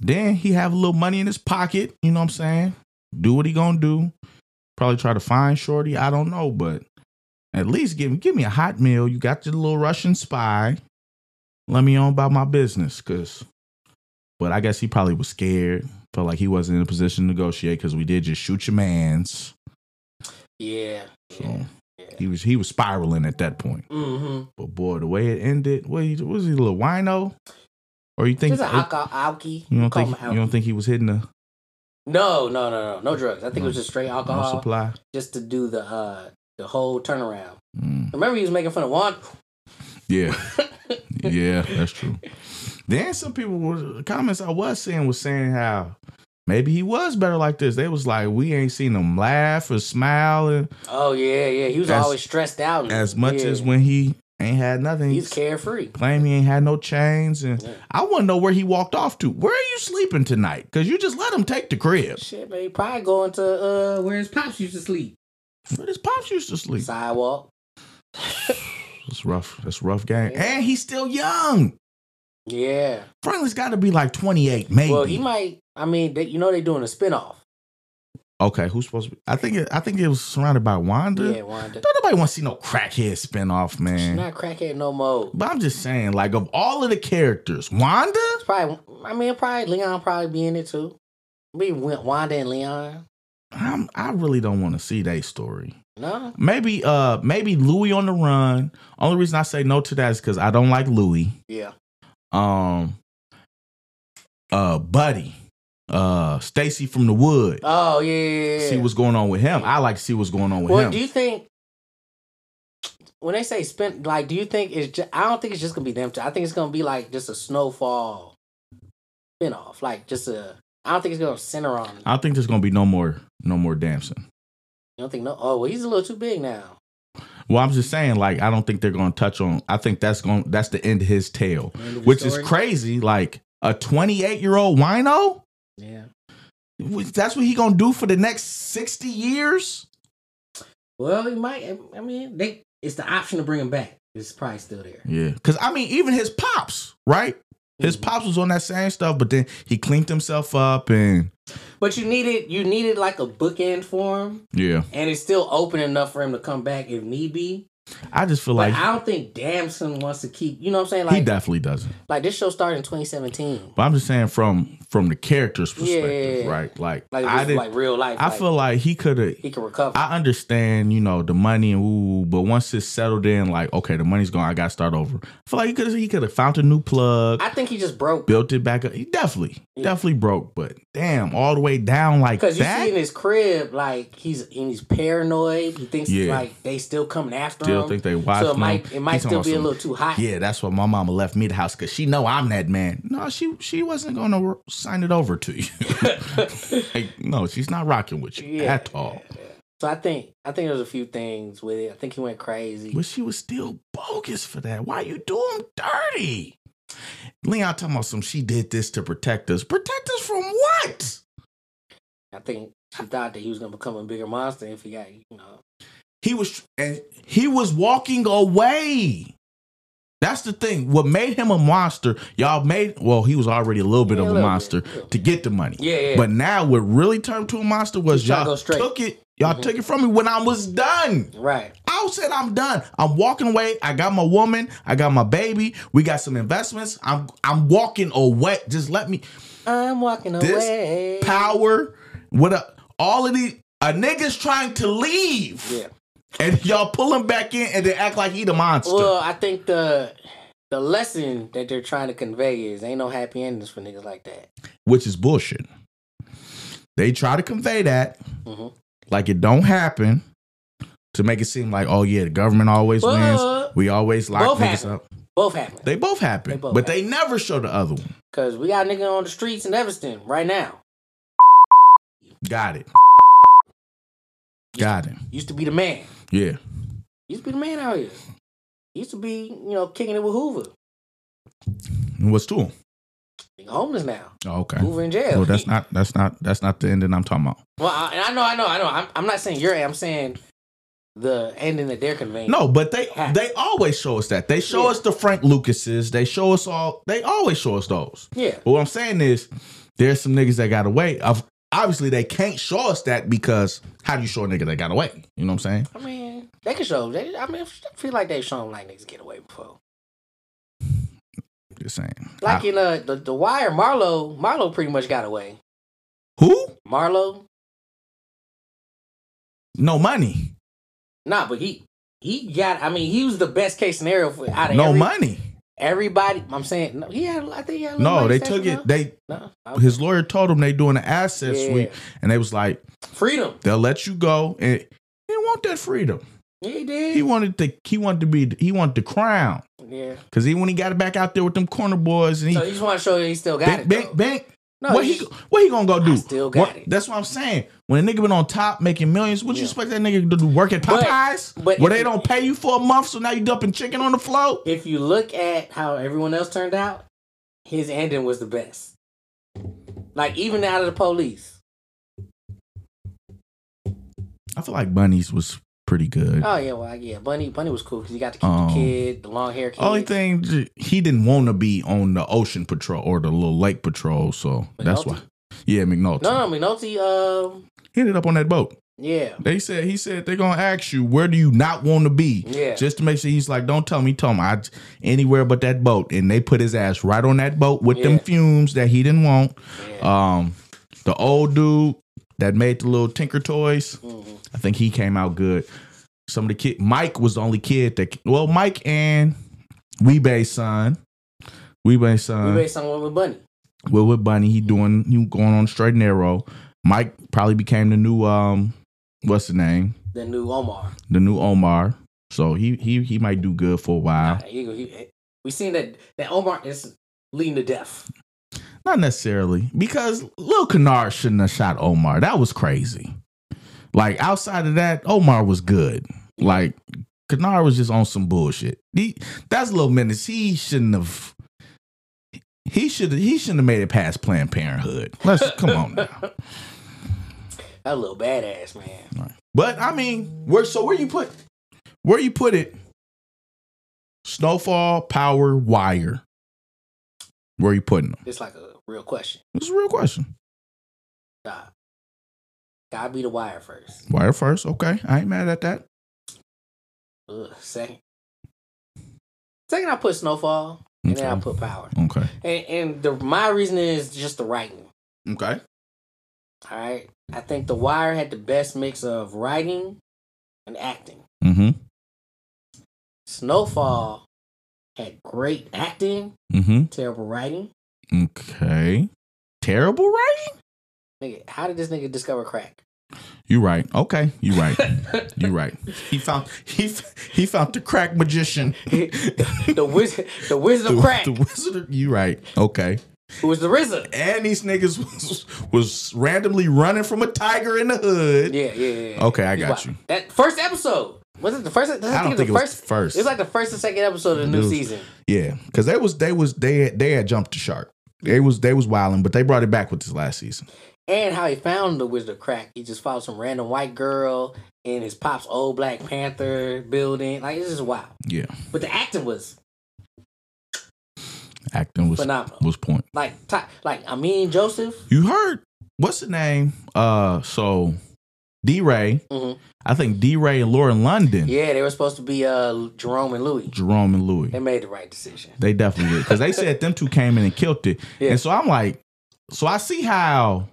Then he have a little money in his pocket. You know what I'm saying? Do what he gonna do. Probably try to find Shorty. I don't know, but at least give me give me a hot meal. You got your little Russian spy. Let me on about my business, cause. But I guess he probably was scared. Felt like he wasn't in a position to negotiate because we did just shoot your man's. yeah. So yeah. he was he was spiraling at that point. Mm-hmm. But boy, the way it ended, what he, was he a little wino? Or you think Just an alcohol, alky. you don't Call think him you don't alky. think he was hitting the No, no, no, no, no drugs. I think it was No. just straight no alcohol, supply? just to do the uh the whole turnaround. Mm, Remember, he was making fun of Juan. <laughs> yeah, yeah, that's true. Then some people were the comments I was seeing was saying how maybe he was better like this. They was like, we ain't seen him laugh or smile and- Oh yeah, yeah. He was As- always stressed out. and- as much yeah. as when he ain't had nothing. he's carefree. claim he ain't had no chains and. Yeah. I want to know where he walked off to. Where are you sleeping tonight? Because you just let him take the crib. Shit, man. he Probably going to uh where his pops used to sleep. Where his pops used to sleep. Sidewalk. That's rough. That's a rough game. Yeah. And he's still young. Yeah. Franklin's got to be like 28, maybe. Well, he might. I mean, they, you know, they doing a spinoff. okay, who's supposed to be? I think it, I think it was surrounded by Wanda. Yeah, Wanda. Don't nobody want to see no crackhead spinoff, She's man. not crackhead no more. but I'm just saying, like, of all of the characters, Wanda? It's probably. I mean, probably Leon probably be in it too. We went Wanda and Leon. I'm, I really don't want to see that story. No. Maybe uh maybe Louis on the run. Only reason I say no to that is because I don't like Louis. Yeah. Um uh Buddy, uh Stacy from the Wood. Oh yeah, yeah, yeah. See what's going on with him. I like to see what's going on with well, him. do you think when they say spent like, do you think it's? Ju- I don't think it's just gonna be them two. I think it's gonna be like just a snowfall spinoff, like just a. I don't think it's gonna center on. I I think there's gonna be no more no more Damson. don't think no. Oh, well, he's a little too big now. Well, I'm just saying, like, I don't think they're gonna touch on I think that's going to that's the end of his tale. End of the Which story. is crazy, like a 28 year old wino? Yeah. That's what he gonna do for the next 60 years? Well, he might. I mean, they. It's the option to bring him back. It's probably still there. Yeah. Cause I mean, even his pops, right? His Mhm. pops was on that same stuff, but then he cleaned himself up and But you needed you needed like a bookend for him, yeah. and it's still open enough for him to come back if need be. I just feel Like like but I don't think Damson wants to keep. You know what I'm saying? he Like definitely doesn't. like this show started in 2017. But I'm just saying from from the character's perspective, Yeah. right? Like, Like I I didn't. like real life. I like, feel like he could have. he can recover. I understand, you know, the money and ooh, but once it's settled in, like, okay, the money's gone. I got to start over. I feel like he could have. He could have found a new plug, I think he just broke built it back up. He definitely, Yeah. definitely broke. But damn, all the way down like because you see in that. his crib like he's and he's paranoid. He thinks Yeah. like they still coming after Still him. think they watched um, so it him. might it might He's still on be a some- little too hot. Yeah, <laughs> that's why my mama left me the house because she know I'm that man. No, she she wasn't gonna sign it over to you. <laughs> like, no, she's not rocking with you Yeah. at all. <laughs> So I think I think there's a few things with it. I think he went crazy. But she was still bogus for that. Why you do him dirty? Leon talking about some she did this to protect us. Protect us from what? I think she thought that he was gonna become a bigger monster if he got you know. He was and he was walking away. That's the thing. What made him a monster, y'all made well, he was already a little bit Yeah, of a a, little bit, monster a little to get the money. Yeah, yeah. But now what really turned to a monster was Just try to y'all go straight. took it. Y'all Mhm. took it from me when I was done. right. I said I'm done. I'm walking away. I got my woman. I got my baby. We got some investments. I'm I'm walking away. Just let me I'm walking This away. power. What a, all of these a nigga's trying to leave. Yeah. And y'all pull him back in and then act like he the monster. Well, I think the the lesson that they're trying to convey is ain't no happy endings for niggas like that. which is bullshit. They try to convey that Mhm. like it don't happen to make it seem like, oh yeah, the government always wins. But We always lock uh, Both niggas happen. up. both happen They both happen, They both but they never show the other one. because we got a nigga on the streets in Evanston right now. Got it. Got it. Used to be the man. Yeah. Used to be the man out here. Used to be you know kicking it with Hoover. What's to him? Nigga homeless now. Oh, okay. Hoover in jail. Well, that's not that's not that's not the ending I'm talking about. <laughs> Well, I, and I know, I know, I know. I'm, I'm not saying you're. I'm saying the ending that they're conveying. No, but they they always show us that. They show Ah. Yeah. us the Frank Lucases. They show us all. They always show us those. Yeah. But what I'm saying is, there's some niggas that got away. Of obviously they can't show us that because how do you show a nigga that got away? You know what I'm saying? I mean, they can show. They, I mean, I feel like they've shown like niggas get away before. Just saying. Like I- in uh, the the wire, Marlo, Marlo pretty much got away. who? Marlo, No money. nah, but he he got. I mean, he was the best case scenario for out of No every- money. Everybody, I'm saying, no, he had. I think he had. a little No, money they stashed took it. around. They No, I- his lawyer told him they doing an asset Yeah. sweep, and they was like, freedom. they'll let you go, and he didn't want that freedom. Yeah, he did. He wanted to. He wanted to be. He wanted the crown. yeah. Cause even when he got back out there with them corner boys, and he So you just want to show that he still got bank, it. bank, though. bank. No, what he just- what he gonna go do? I still got What- it. That's what I'm saying. When a nigga been on top making millions, what you Yeah. expect that nigga to do? Work at But- Popeyes, but where if they you- don't pay you for a month, so now you dumping chicken on the floor. if you look at how everyone else turned out, his ending was the best. Like even out of the police. I feel like Bunnies was pretty good. Oh yeah, well yeah, Bunny Bunny was cool because he got to keep Um, the kid, the long hair kid. Only thing j- he didn't want to be on the ocean patrol or the little lake patrol, so that's McNulty? why. Yeah, McNulty. No, no, Minotti. Um, He ended up on that boat. yeah, They said he said they're gonna ask you where do you not want to be. Yeah. Just to make sure he's like, don't tell me, tell me I, anywhere but that boat. And they put his ass right on that boat with them Yeah. fumes that he didn't want. yeah. Um, the old dude that made the little Tinker toys, Mhm. I think he came out good. Some of the kid, Mike was the only kid that well, Mike and Weebay's son, Weebay's we son, uh. based on one with Bunny. Will with Bunny. He doing he going on straight and narrow. Mike probably became the new um what's the name? The new Omar. The new Omar. So he he he might do good for a while. Nah, he- he- we seen that that Omar is leading to death. Not necessarily, because Lil Canard shouldn't have shot Omar. That was crazy. Like outside of that, Omar was good. Like Canard was just on some bullshit. He, that's Lil Menace. He shouldn't have. He should. He shouldn't have made it past Planned Parenthood. Let's come <laughs> on now. That little badass man. But I mean, where so where you put where you put it? Snowfall, Power, Wire. Where you putting them? It's like a real question. It's a real question. Nah. Gotta be the wire first. Wire first, okay. I ain't mad at that. Ugh, second. Second, I put Snowfall, and then I Okay. put Power. Okay. And, and the my reason is just the writing. Okay. All right. I think The Wire had the best mix of writing and acting. Mm-hmm. Snowfall had great acting, Mm-hmm. terrible writing. Okay. Terrible, right? Nigga, how did this nigga discover crack? <laughs> You right. Okay. You right. you right. He found he f- he found the crack magician. the wizard, the wizard of crack, The wizard. You right. Okay. who was the RZA. And these niggas <laughs> was, was randomly running from a tiger in the hood. Yeah, yeah, yeah. yeah. Okay, I He's got wild. you. That first episode was it the first? I, I don't think think it it was was the first. first. It's like the first and second episode of the new Dude. season. Yeah, because they was they was they had, they had jumped the shark. They was they was wilding, but they brought it back with this last season. And how he found the Wizard of Crack. He just followed some random white girl in his pop's old Black Panther building. Like, it's just wild. Yeah, But the acting was acting was phenomenal. was point. Like, top, like I mean, Joseph. You heard what's the name? Uh, so D Ray. Mhm. I think D Ray and Lauren London, Yeah, they were supposed to be uh, Jerome and Louis. Jerome and Louis. They made the right decision. They definitely did because they said them two came in and killed it. Yeah. And so I'm like, so I see how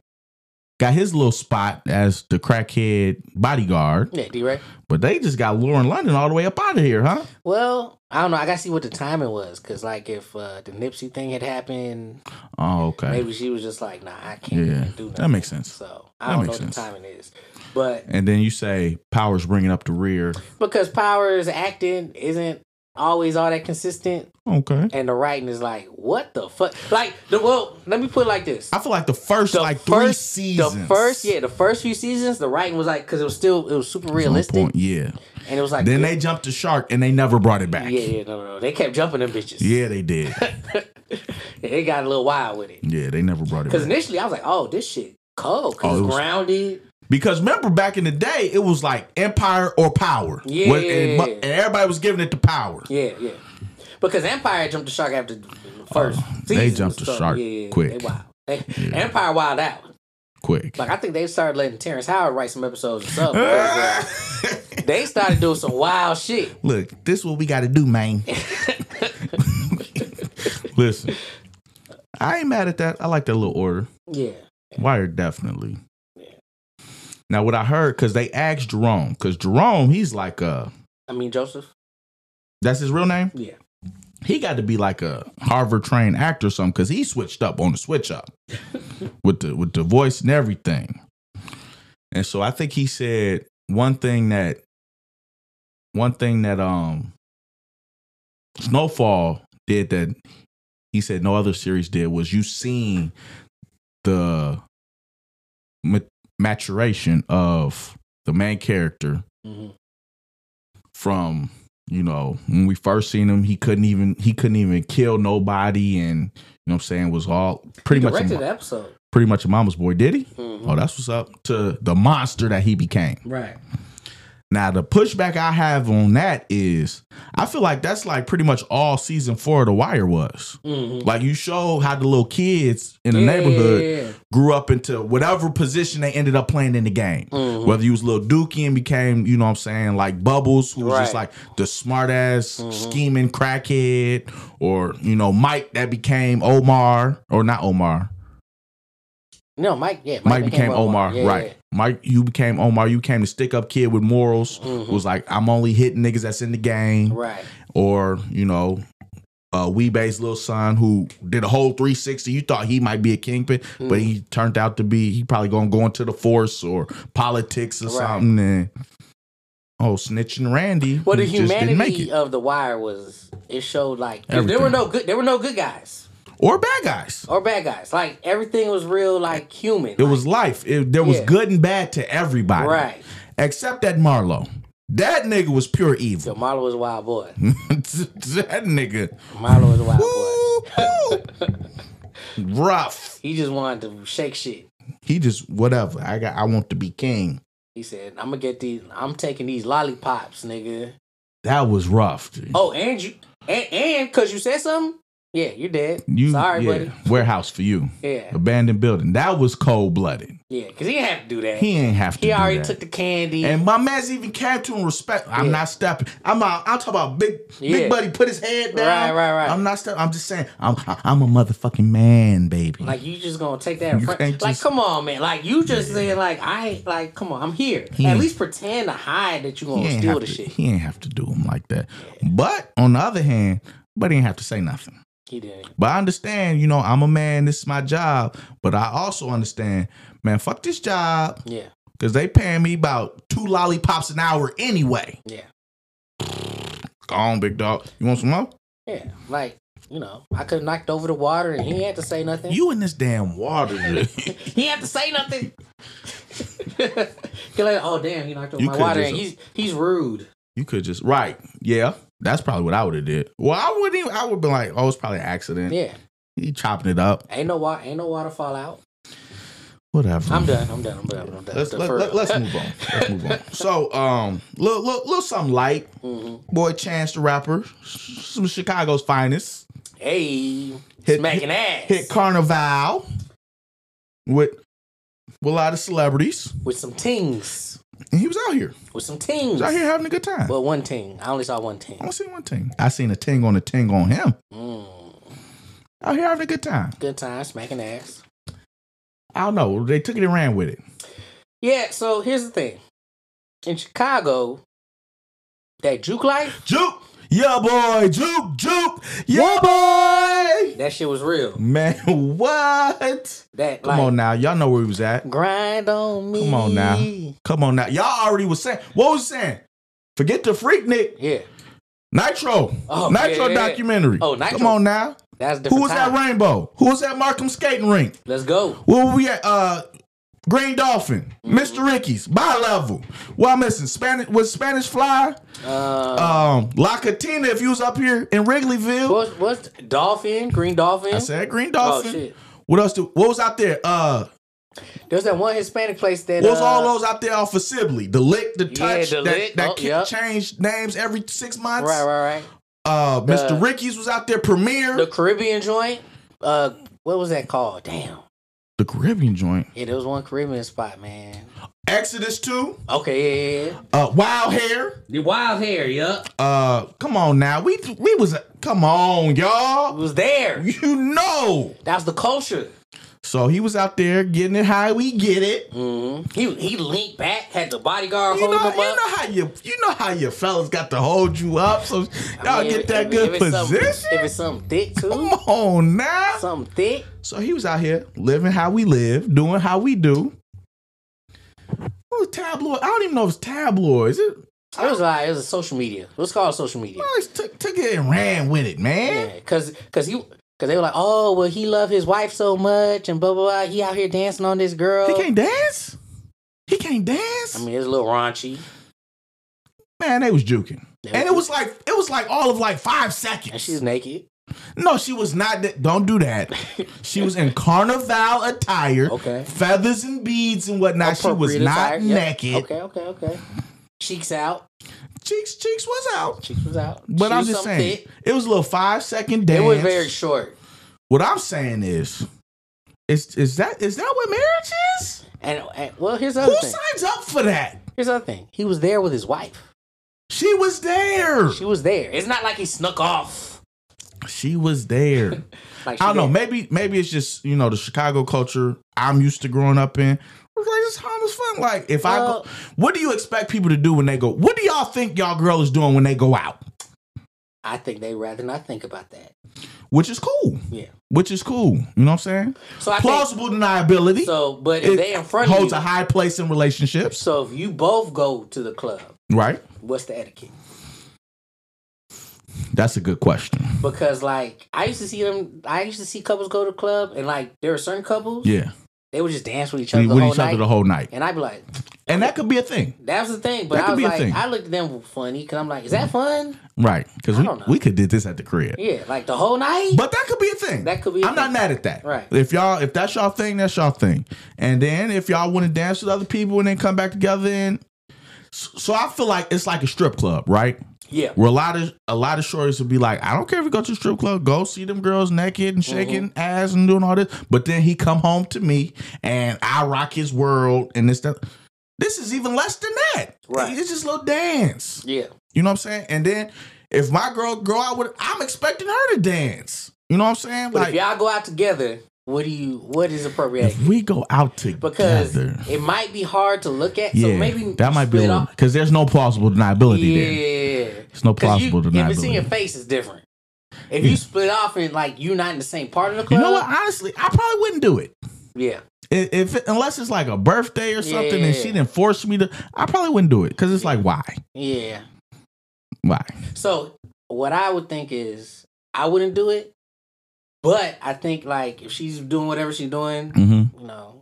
got his little spot as the crackhead bodyguard, Yeah, D Ray. but they just got Lauren London all the way up out of here, huh? Well, I don't know. I gotta see what the timing was, cause like if uh, the Nipsey thing had happened, Oh, okay. maybe she was just like, "Nah, I can't Yeah, even do nothing." that makes sense. So I That don't know makes what the sense. timing is, but And then you say Powers bringing up the rear. because Powers acting isn't always all that consistent, Okay. and the writing is like, "What the fuck?" Like the well, let me put it like this: I feel like the first The like three first- the seasons. first, yeah, the first few seasons, the writing was like, cause it was still it was super It's on realistic, point, yeah. and it was like, Then they jumped the shark and they never brought it yeah, back. yeah, no, no, no, they kept jumping them bitches. <laughs> Yeah, they did. it got a little wild with it. Yeah, they never <laughs> brought it Because back. initially I was like, oh, this shit cold. Oh, Because it it's was- grounded. Because remember back in the day, it was like empire or power. Yeah. What- and, bu- and everybody was giving it the power. Yeah, yeah. Because Empire jumped the shark after the first Oh, they season jumped was the done. shark quick. They wild. They- Yeah. Empire wild out. Quick. <laughs> Like, I think they started letting Terrence Howard write some episodes or something. <laughs> because, uh, they started doing some wild shit. Look, this what we gotta do, man. <laughs> Listen. I ain't mad at that. I like that little order. Yeah. Wired definitely. Yeah. Now what I heard because they asked Jerome because Jerome he's like a I mean, Joseph. that's his real name. Yeah. He got to be like a Harvard trained actor or something because he switched up on the switch up with the with the voice and everything. And so I think he said one thing that one thing that um Snowfall did that he said no other series did was you seen the ma- maturation of the main character hmm from you know when we first seen him he couldn't even he couldn't even kill nobody and you know what i'm saying was all pretty much a, Directed mo- the episode. pretty much a mama's boy did he Mhm. oh that's what's up to the monster that he became Right. now the pushback i have on that is i feel like that's like pretty much all season four of the wire was hmm like you show how the little kids in the neighborhood Mm-hmm. grew up into whatever position they ended up playing in the game Mhm. whether you was little Dookie and became, you know what I'm saying, like Bubbles, who was just Right. like the smart ass Mhm. scheming crackhead, or, you know, Mike that became Omar, or not Omar. Mm-hmm. No, Mike. Yeah. Mike, became, Omar, Yeah, right. Mike, you became Omar. You became the stick up kid with morals, Mhm. who was like, I'm only hitting niggas that's in the game, Right. or, you know, uh Weebay's little son who did a whole 360. You thought he might be a kingpin, Hmm. but he turned out to be he probably gonna go into the force or politics or Right. something. And oh, snitching Randy. Well, the who just didn't make humanity uh, it. of the wire was it showed like 'cause there Everything. were no good there were no good guys Or bad guys. or bad guys. Like everything was real, like human. It was life. It, there was Yeah. good and bad to everybody. right. Except that Marlo. That nigga was pure So evil. Marlo was a wild boy. <laughs> that nigga. Marlo was a wild boy. <laughs> Woo, woo. Rough. He just wanted to shake shit. He just whatever. I got I want to be king. He said, "I'm gonna get these. I'm taking these lollipops, nigga." That was rough. dude. Oh, and you and and because you said something. Yeah, you're dead. You, Sorry, yeah, buddy. <laughs> Warehouse for you. Yeah, Abandoned building. That was cold blooded. yeah. Because he didn't have to do that. He, He ain't have to. do already that. took the candy. And my man's even came to him respect. I'm Yeah. not stepping. I'm out. I'm talking about big Yeah. big buddy put his head down. Right, right, right. I'm not stepping. I'm just saying. I'm I'm a motherfucking man, baby. like you just gonna take that in You front. can't Like, just- come on, man. Like you just saying, like I ain't- like, come on, I'm here. He At ain't- least pretend to hide that you he gonna ain't steal have the to, shit. He ain't have to do him like that. But on the other hand, but he ain't have to say nothing. He didn't. But I understand, you know, I'm a man, this is my job. But I also understand, man, fuck this job. Yeah, Cause they paying me about two lollipops an hour anyway. yeah, Go on, big dog. You want some more? yeah. Like you know, I could have knocked over the water, and he had to say nothing. You in this damn water. <laughs> dude. He had to say nothing. <laughs> You're like, oh damn, he knocked over You my could've water. just- and he's he's rude. you could just right. Yeah. That's probably what I would have did. Well, I wouldn't even I would have been like, oh, it's probably an accident. Yeah, He chopping it up. ain't no water, ain't no water fall out. Whatever. I'm done. I'm done. I'm done. I'm done. Let's I'm let, done. let, let's move on. Let's move on. So, um, little little, little something light, Mhm. boy, Chance the Rapper, some of Chicago's finest, Hey, Hit- smacking ass hit Carnival with with a lot of celebrities, with some tings, and he was out here, with some he tings. was out here having a good time. Well, one ting. I only saw one ting. I only seen one thing. I seen a ting on a ting on him. Mm. Out here having a good time. Good time, smacking ass. I don't know. They took it and ran with it. Yeah. So here's the thing. In Chicago, that juke life, Juke, yeah, boy, juke, juke, yeah, boy. that shit was real. Man, <laughs> what? Mm, That Come like on now, y'all know where he was at. grind on me. Come on now. Come on now. Y'all already was saying, what was it saying? Forget the freak Nick. Yeah. Nitro. Oh, Nitro yeah, yeah, yeah. documentary. Oh, Nitro. Come on now. That's different. Who was time. at Rainbow? Who was at Markham Skating Rink? Let's go. Where were we at? Uh, Green Dolphin. Mm-hmm. Mr. Ricky's. Bi level. Well, I'm missing. Spanish was Spanish Fly. Uh, Um, La Catina, if you was up here in Wrigleyville. what's what's dolphin? Green dolphin. I said Green oh Dolphin. shit. What else do what was out there? Uh There's that one Hispanic place that what was uh, all those out there off of Sibley? The lick, the touch, The that, Lick. that Oh, ki- yep. changed names every six months. Right, right, right. Uh, The- Mr. Ricky's was out there premiere. The The, Caribbean joint. Uh, what was that called? Damn. Caribbean joint. Yeah, there was one Caribbean spot, man. Exodus 2. Okay, yeah, yeah. yeah. Uh, Wild Hair. The wild hair, yup. Uh, come on now. We we was come on, It y'all. was there. You know. That was the culture. So he was out there getting it how we get it. hmm He he linked back, had the bodyguard You know, holding him you up. know how you you know how your fellas got to hold you up so y'all I mean, get if- that if- good if it's something- position. If it's something thick Come too, on now. something thick. So he was out here living how we live, doing how we do. What was tabloid? I don't even know if it's tabloid. Is it? It was like it was a social media. Let's call it social media. I just took, took it and ran with it, man. Yeah, cause cause he cause they were like, oh well, he loved his wife so much and blah blah blah. He out here dancing on this girl. He can't dance. He can't dance. I mean, it's a little raunchy. man, they was juking, They and was it was like it was like all of like five And seconds. she's naked. No, she was not. that- Don't do that. she was in carnival attire, Okay. feathers and beads and whatnot. She was Appropriate not attire, yep. naked. Okay, okay, okay. Cheeks out. Cheeks, cheeks was out. Cheeks was out. But She I'm was just something saying, thick. it was a little five second dance. It was very short. What I'm saying is, is is that is that what marriage is? And, and well, here's the Who other thing. signs up for that? Here's the other thing. He was there with his wife. She was there. She was there. It's not like he snuck off. She was there. Like she I don't know. did. Maybe maybe it's just you know the Chicago culture I'm used to growing up in. It's like it's harmless fun. Like if I Well- go, what do you expect people to do when they go? What do y'all think y'all girl is doing when they go out? I think they rather not think about that. which is cool. Yeah. Which is cool. You know what I'm saying? So I Plausible deniability think so. But if It they in front of holds you, a high place in relationships, so if you both go to the club, right? what's the etiquette? That's a good question. Because like I used to see them, I used to see couples go to the club, and like there were certain couples, Yeah, they would just dance with each other with the whole each other night, the whole night, and I'd be like, and that could be a thing, that was the thing. But That could I was be a like, thing. I looked at them funny because I'm like, is that fun? right? Because I we, don't know. we could did this at the crib, Yeah, like the whole night. but that could be a thing. That could be a I'm not thing. mad at that. Right. If y'all, if that's y'all thing, that's y'all thing. And then if y'all want to dance with other people and then come back together, and so I feel like it's like a strip club, right? yeah, Where a lot of a lot of shorties would be like, I don't care if we go to the strip club, go see them girls naked and shaking Mm-hmm. ass and doing all this. But then he come home to me and I rock his world and this that. This is even less than that. Right. It's just a little dance. yeah, You know what I'm saying? And then if my girl go out with, I'm expecting her to dance. You know what I'm saying? But if y'all go out together, what do you? What is appropriate? if we go out together, Because it might be hard to look at. yeah, so maybe that might be split a off. because there's no plausible deniability there. Yeah, There's no 'Cause you- plausible if it's in your deniability. face, it's different. If Yeah. you split off and like you're not in the same part of the You club, know what? Honestly, I probably wouldn't do it. yeah, I- if it, unless it's like a birthday or something and she Yeah. didn't force me to i probably wouldn't do it because it's like why yeah. why So what I would think is I wouldn't do it, but I think like if she's doing whatever she's doing, hmm you know,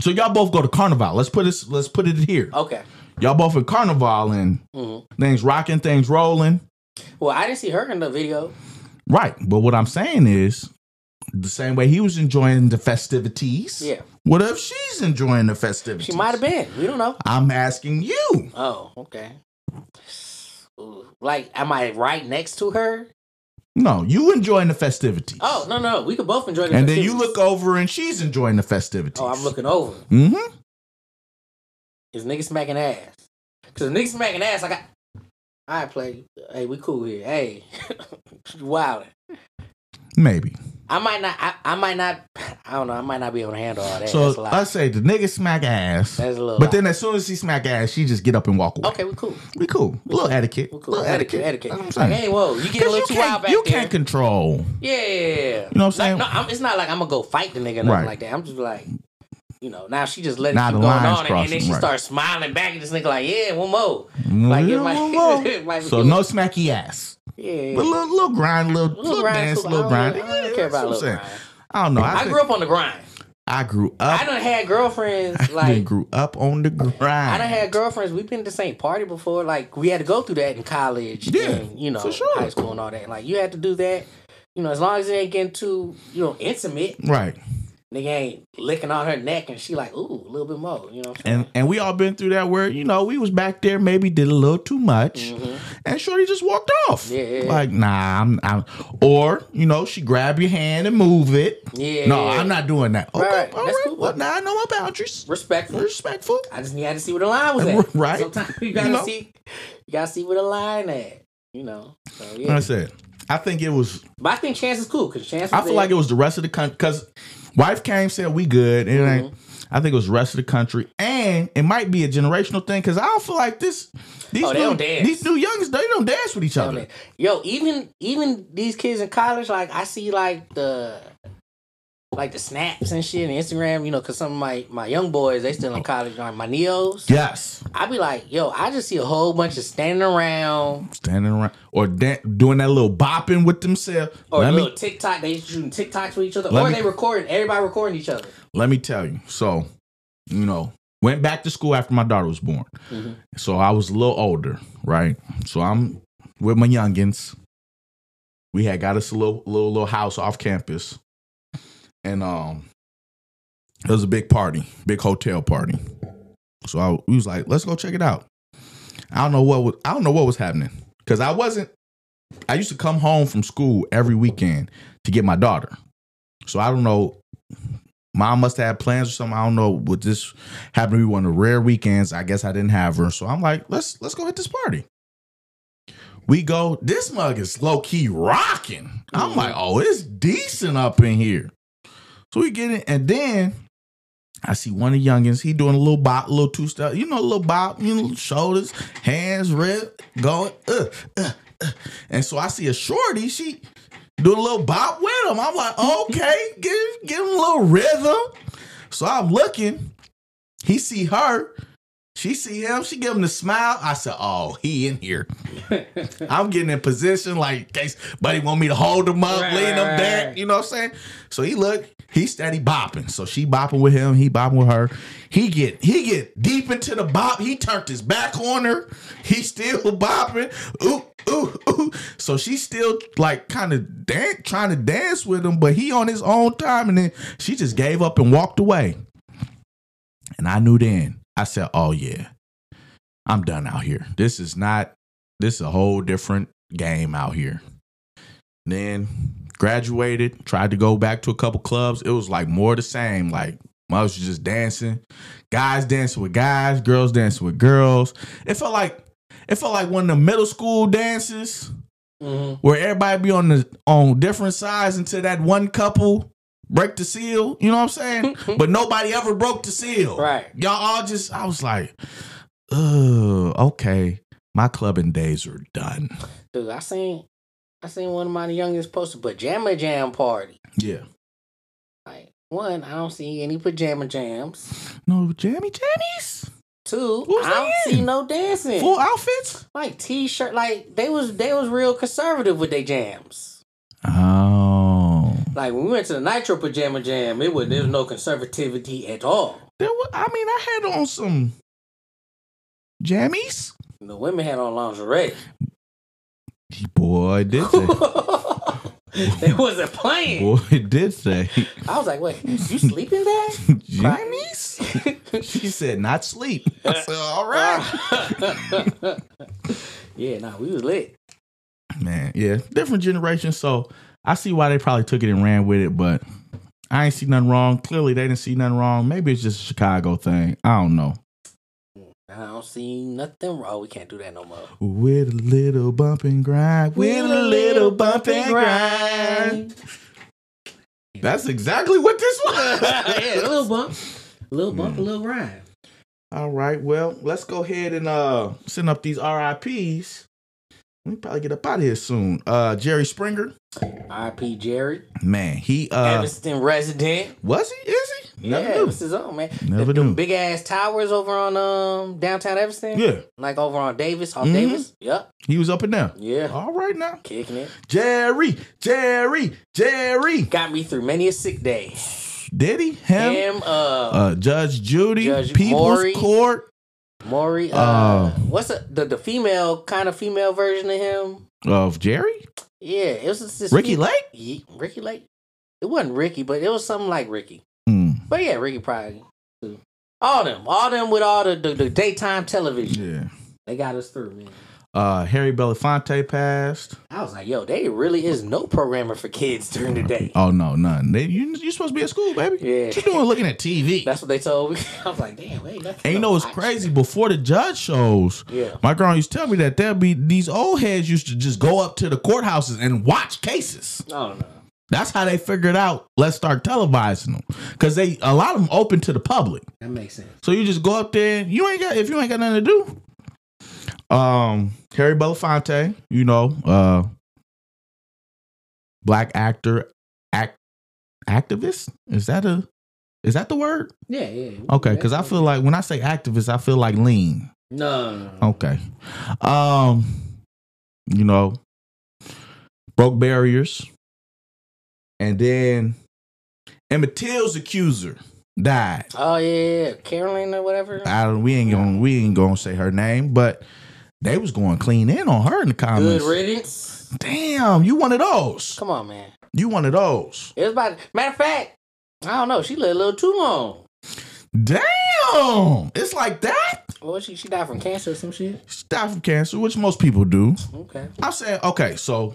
so y'all both go to carnival let's put this let's put it here okay. y'all both at carnival and hmm things rocking things rolling Well, I didn't see her in the video. right but what i'm saying is the same way he was enjoying the festivities Yeah, what if she's enjoying the festivities she might have been. We don't know. i'm asking you Oh, okay. Ooh, Like, am I right next to her? no you enjoying the festivities Oh, no, no, we could both enjoy the and then you festivities. look over and she's enjoying the festivities Oh, I'm looking over. hmm Is nigga smacking ass? Cause if nigga smacking ass, I got. I play. Hey, we cool here. Hey, <laughs> wild. maybe I might not. I, I might not. I don't know. I might not be able to handle all that. So That's a lot. let's say the nigga smack ass, That's a little. but lot. then as soon as he smack ass, she just get up and walk away. okay, we cool. We cool. A little etiquette. We cool. little etiquette. Etiquette. Etiquette. That's what Like, I'm saying. hey, whoa, you get a 'Cause little you too wild can't, back you there. can't control. Yeah. You know what I'm saying? no, I'm, it's not like I'm gonna go fight the nigga or nothing Right. like that. I'm just like, you know, now she just letting Now keep the going lines on, and- and, crossing, then she right. starts smiling back at this nigga like, yeah, one more. Like, Like it might, <laughs> it might be so cool. no smacky ass, yeah, but a little, little grind, little, little, Mm. grind dance, cool. little I grind. don't- I don't care That's about what I'm little saying. grind. I don't know. I, I think grew up on the grind. I grew I up. done <laughs> had girlfriends I done like grew up on the grind. I done had girlfriends. We've been to the same party before. Like we had to go through that in college, Yeah, and, you know, for sure. high school and all that. Like you had to do that. You know, as long as it ain't getting too, you know, intimate. right, Nigga ain't licking on her neck, and she like, ooh, a little bit more. You know. What I'm and and we all been through that where you know we was back there maybe did a little too much. saying? Mhm. and Shorty just walked off. Yeah, yeah, yeah. Like, nah, I'm, I'm. Or, you know, she grab your hand and move it. Yeah. No, I'm not doing that. Okay, Right, all right. right. That's cool. Well, now I know my boundaries. respectful. Respectful. I just had to see where the <laughs> line was at. Right. Sometimes you gotta You know? see, you gotta see where the line at. You know. So yeah. That's it. I think it was. But I think Chance is cool because Chance. Was I feel like it was the rest of the country because wife came said we good. It Mm-hmm. ain't. I think it was the rest of the country, and it might be a generational thing because I don't feel like this. These Oh, new, they don't dance. These new youngs, they don't dance with each other. Yo, even even these kids in college, like I see like the like the snaps and shit and Instagram, you know, cause some of my my young boys they still in college, like my neos. Yes, I be like, yo, I just see a whole bunch of standing around standing around or dan- doing that little bopping with themselves. or Let me- little TikTok. They shooting TikToks with each other, Let or me- they recording everybody recording each other. let me tell you. So, you know, went back to school after my daughter was born. Mhm. So I was a little older, right? So I'm with my youngins. We had got us a little little little house off campus. And um it was a big party, big hotel party. So I we was like, let's go check it out. I don't know what was I don't know what was happening. Cause I wasn't I used to come home from school every weekend to get my daughter. So I don't know mom must have had plans or something. I don't know. But this happened to be one of the rare weekends. I guess I didn't have her. So I'm like, let's let's go hit this party. We go, this mug is low key rocking. I'm like, oh, it's decent up in here. So we get it, and then I see one of the youngins. He doing a little bop, little two step, you know, a little bop, you know, shoulders, hands, rib, going, uh, uh, uh, And so I see a shorty, she do a little bop with him. I'm like, okay, give give him a little rhythm. So I'm looking. He see her. She see him. She give him the smile. I said, oh, he in <laughs> here. I'm getting in position like in case buddy want me to hold him up, Right, lean him right, back. right. You know what I'm saying? So he look, he steady bopping. So she bopping with him, he bopping with her. He get he get deep into the bop. He turned his back on her. He still <laughs> bopping. Ooh, ooh, ooh. So she still like kind of dan- trying to dance with him, but he on his own time. And then she just gave up and walked away. And I knew then. I said, "Oh yeah, I'm done out here. This is not. This is a whole different game out here." Then graduated, tried to go back to a couple clubs. It was like more the same. Like I was just dancing, guys dancing with guys, girls dancing with girls. It felt like it felt like one of the middle school dances hmm where everybody be on the on different sides until that one couple break the seal. You know what I'm saying? but nobody ever broke the seal. Right. Y'all all just I was like, oh, okay. My clubbing days are done. Dude, I seen I seen one of my youngest post a pajama jam party. Yeah. Like one, I don't see any pajama jams. No jammy jammies. Two, Who's I don't they in? see no dancing. Full outfits. Like t shirt, like they was they was real conservative with their jams. Oh. Like when we went to the Nitro pajama jam, it was there was no conservativity at all. There wa I mean, I had on some jammies. The women had on lingerie. Boy, <laughs> did <laughs> they. they wasn't playing. Boy, did <laughs> they. I was like, wait, you sleep in <laughs> that? jammies? She said, not <laughs> sleep. I said, all right. <laughs> yeah, nah, we was lit. Man, yeah. Different generation. So I see why they probably took it and ran with it, but I ain't see nothing wrong. Clearly, they didn't see nothing wrong. Maybe it's just a Chicago thing. I don't know. I don't see nothing wrong. We can't do that no more. With a little bump and grind. With a little bump and grind. <laughs> That's exactly what <laughs> this yeah, a was. little bump, a little bump, a little rhyme. All right. Well, let's go ahead and uh send up these RIPs. We probably get up out of here soon. Uh Jerry Springer. R.P. Jerry, Man, he uh Evanston resident. was he? Is he? Never yeah, Never knew. this is on man. Never the, knew. Big ass towers over on um downtown Evanston. Yeah. like over on Davis, off Mhm. Davis. Yep. He was up and down. Yeah, All right now. kicking it. Jerry, Jerry, Jerry. Got me through many a sick day. Did he? Him? Him, uh, Uh, Judge Judy, Judge People's Maury. Court. Maury, uh, uh, what's the, the the female kind of female version of him? Of Jerry? Yeah, it was just this Ricky Lake? Ye- Ricky Lake. It wasn't Ricky, but it was something like Ricky. Mm, But yeah, Ricky probably. too. All them, all them with all the, the, the daytime television. yeah. They got us through, man. Uh, Harry Belafonte passed. I was like, yo, they really is no programmer for kids during the day. Oh no, none. They, you you supposed to be at school, baby. Yeah, What you doing looking at TV? that's what they told me. <laughs> I was like, damn, ain't nothing. and you to know it's watch. crazy. Before the judge shows, Yeah, my grandma used to tell me that there be these old heads used to just go up to the courthouses and watch cases. I don't know. That's how they figured out. Let's start televising them because they a lot of them open to the public. That makes sense. So you just go up there. You ain't got if you ain't got nothing to do. Um, Harry Belafonte, you know, uh, black actor, act activist. Is that a is that the word? Yeah, yeah. Okay, because I feel like when I say activist, I feel Oh. like lean. no, no, no. Okay, um, you know, broke barriers, and then Emmett Till's accuser died. Oh yeah, yeah, Caroline or whatever. I don't, we ain't gonna we ain't gonna say her name, but they was going clean in on her in the Good comments. riddance. Damn, you one of those. Come on, man. You one of those. It was about matter of fact. I don't know. She lived a little too long. Damn, it's like that. What was she? She died from cancer or some shit. She died from cancer, which most people do. Okay. I'm saying, okay, so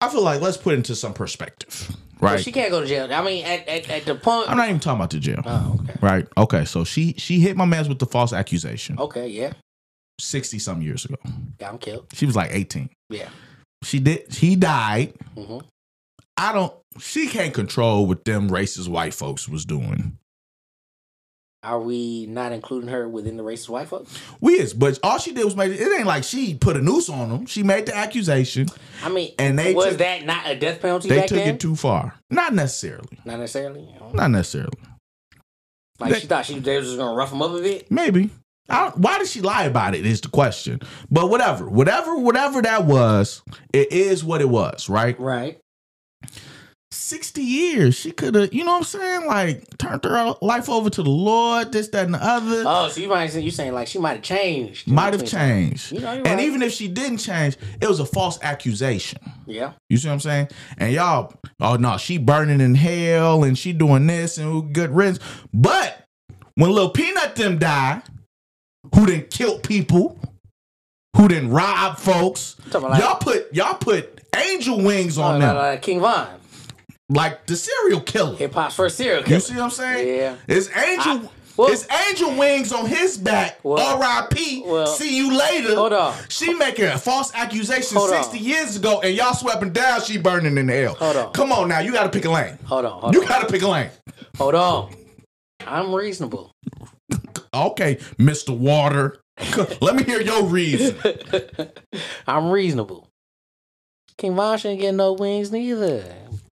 I feel like let's put it into some perspective, Right. right? she can't go to jail. I mean, at at, at the point. I'm not even talking about the jail, oh, okay. right? Okay, so she she hit my man's with the false accusation Okay. Yeah. sixty some years ago. Got him killed. She was like eighteen. Yeah. She did. He died. hmm I don't. She can't control what them racist white folks was doing. Are we not including her within the racist white folks? We is, but all she did was make it. Ain't like she put a noose on them. She made the accusation, I mean, and they was took, that not a death penalty they back took then? it too far. Not necessarily. not necessarily. you know? Not necessarily. Like They- she thought she they was just gonna rough them up a bit. Maybe. I don't, why did she lie about it? Is the question. But whatever, whatever, whatever that was, it is what it was, right? Right. 60 years. She could have, you know what I'm saying? Like, turned her life over to the Lord, this, that, and the other. Oh, so you might say you saying like she might have changed. Might have changed. You know, you're And right. even if she didn't change, it was a false accusation. Yeah. You see what I'm saying? And y'all, oh no, she burning in hell and she doing this and good riddance. But when little peanut them die, who didn't kill people, who didn't rob folks, I'm talking about like, y'all put y'all put angel wings on talking them about like King Von, like the serial killer. hip hop's first serial killer. You see what I'm saying? Yeah. It's angel. well- it's angel wings on his back. Well- R.I.P. well- see you later. Hold on. She making a false accusation Hold on. 60 years ago, and y'all sweeping down. She burning in hell. Hold on. Come on now, you got to pick a lane. Hold on. Hold you on. got to pick a lane. Hold on. I'm reasonable. Okay, Mister Water. <laughs> Let me hear your reason. <laughs> I'm reasonable. King Von shouldn't get no wings neither.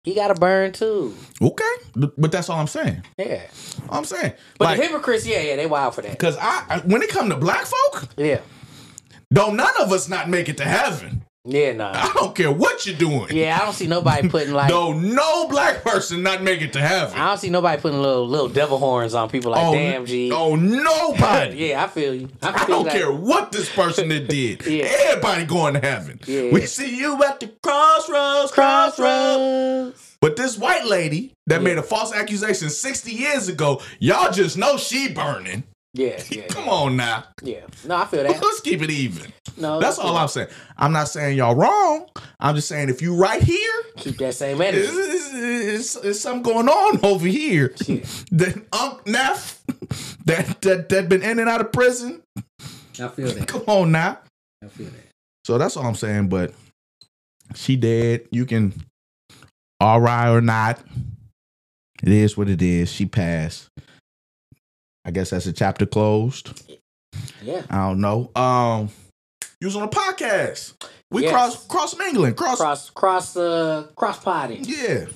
He got to burn too. Okay, th- but that's all I'm saying. Yeah. All I'm saying, But like, the hypocrites, yeah, yeah, they wild for that. cause I I- when it come to black folk, Yeah. don't none of us not make it to heaven. Yeah, nah. I don't care what you're doing. Yeah, I don't <laughs> see nobody putting like Don't Ah. no black person not make it to heaven. I don't see nobody putting little little devil horns on people like oh, damn G. Oh, nobody. <laughs> yeah, I feel you. I, feel I don't like- care what this person <laughs> that did. Yeah. Everybody going to heaven. Yeah. We see you at the crossroads, crossroads. Crossroads. But this white lady that made a false accusation 60 years ago, y'all just know she burning. Yeah, <laughs> yeah. Come on now. <laughs> Yeah. No, I feel that. Oh, Let's keep it even. No, That's all I'm saying. I'm not saying y'all wrong. I'm just saying if you right here, Keep that same energy. it's, it's, it's, it's something going on over here. Yeah, <laughs> That Unc Neff <laughs> that, that that been in and out of prison. I feel that. Come on now. I feel that. So that's all I'm saying. But she dead. You can all right or not. It is what it is. She passed. I guess that's a chapter closed. Yeah. I don't know. Um, you was on a podcast. We Yes. cross cross from England. Cross. Cross cross uh cross potting. Yeah.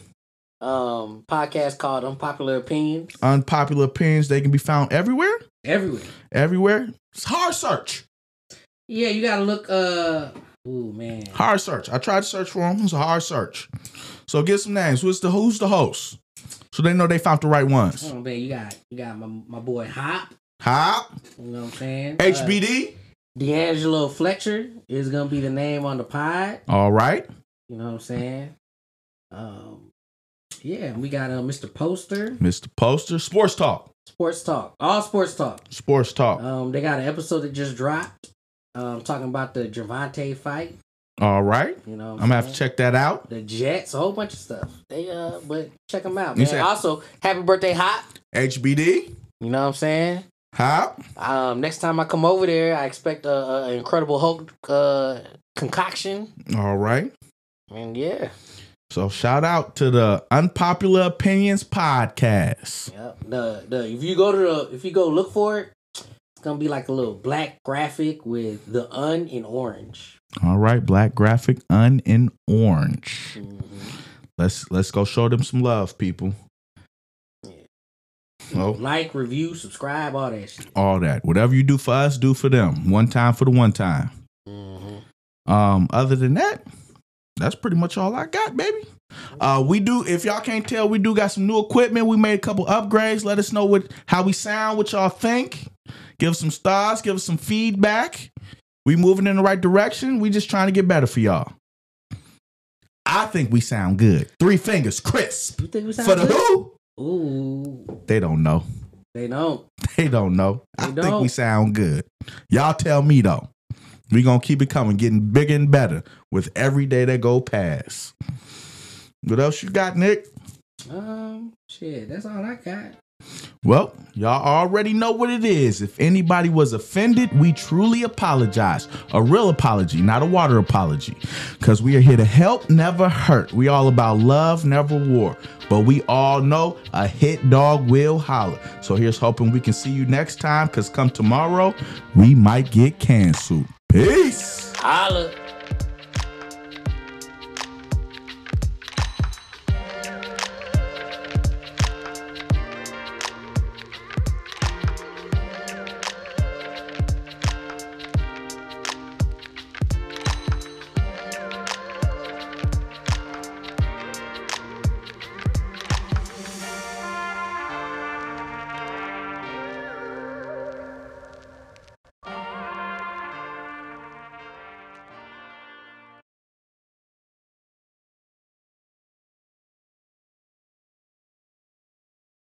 Um podcast called Unpopular Opinions. Unpopular opinions. They can be found Uh, everywhere. Everywhere. Everywhere. It's hard search. Yeah, you gotta look uh Ooh man. Hard search. I tried to search for them. It's a hard search. So get some names. Who's the who's the host? So they know they found the right ones. Hold on, man. You got you got my my boy Hop. Hop. You know what I'm saying? Uh, HBD. D'Angelo Fletcher is gonna be the name on the pod. All right. You know what I'm saying? Um, yeah, we got uh, Mr. Poster, Mr. Poster. Sports Talk. Sports Talk, all Sports Talk. Sports Talk. Um, they got an episode that just dropped, um, talking about the Javante fight. All right. You know, I'm gonna have to check that out. the Jets, a whole bunch of stuff. They uh, but check them out, You man. said- also, happy birthday, Hop. HBD. You know what I'm saying? Hop. Um, next time I come over there, I expect a, a an incredible Hulk uh concoction. All right. And yeah, So shout out to the Unpopular Opinions Podcast. Yep. The the if you go to the if you go look for it, it's gonna be like a little black graphic with the un in orange. All right, black graphic, un in orange. Mm-hmm. Let's let's go show them some love, people. Oh, Like, review, subscribe, all that shit. all that. Whatever you do for us, do for them. One time for the one time. Um, other than that, that's pretty much all I got, baby. Uh, we do. If y'all can't tell, we do got some new equipment. We made a couple upgrades. Let us know what how we sound, what y'all think. Give us some stars. Give us some feedback. We moving in the right direction. We just trying to get better for y'all. I think we sound good. Three fingers, crisp You think we sound for the good? who? Ooh, They don't know. they don't. <laughs> They don't know. I They think we don't. sound good. Y'all tell me though. We gonna keep it coming, getting bigger and better with every day that go past. What else you got, Nick? Um, shit, that's all I got. Well, y'all already know what it is. If anybody was offended, we truly apologize. A real apology, not a water apology. Because we are here to help, never hurt. We all about love, never war. But we all know a hit dog will holler. So here's hoping we can see you next time. Because come tomorrow, we might get canceled. Peace. Holla.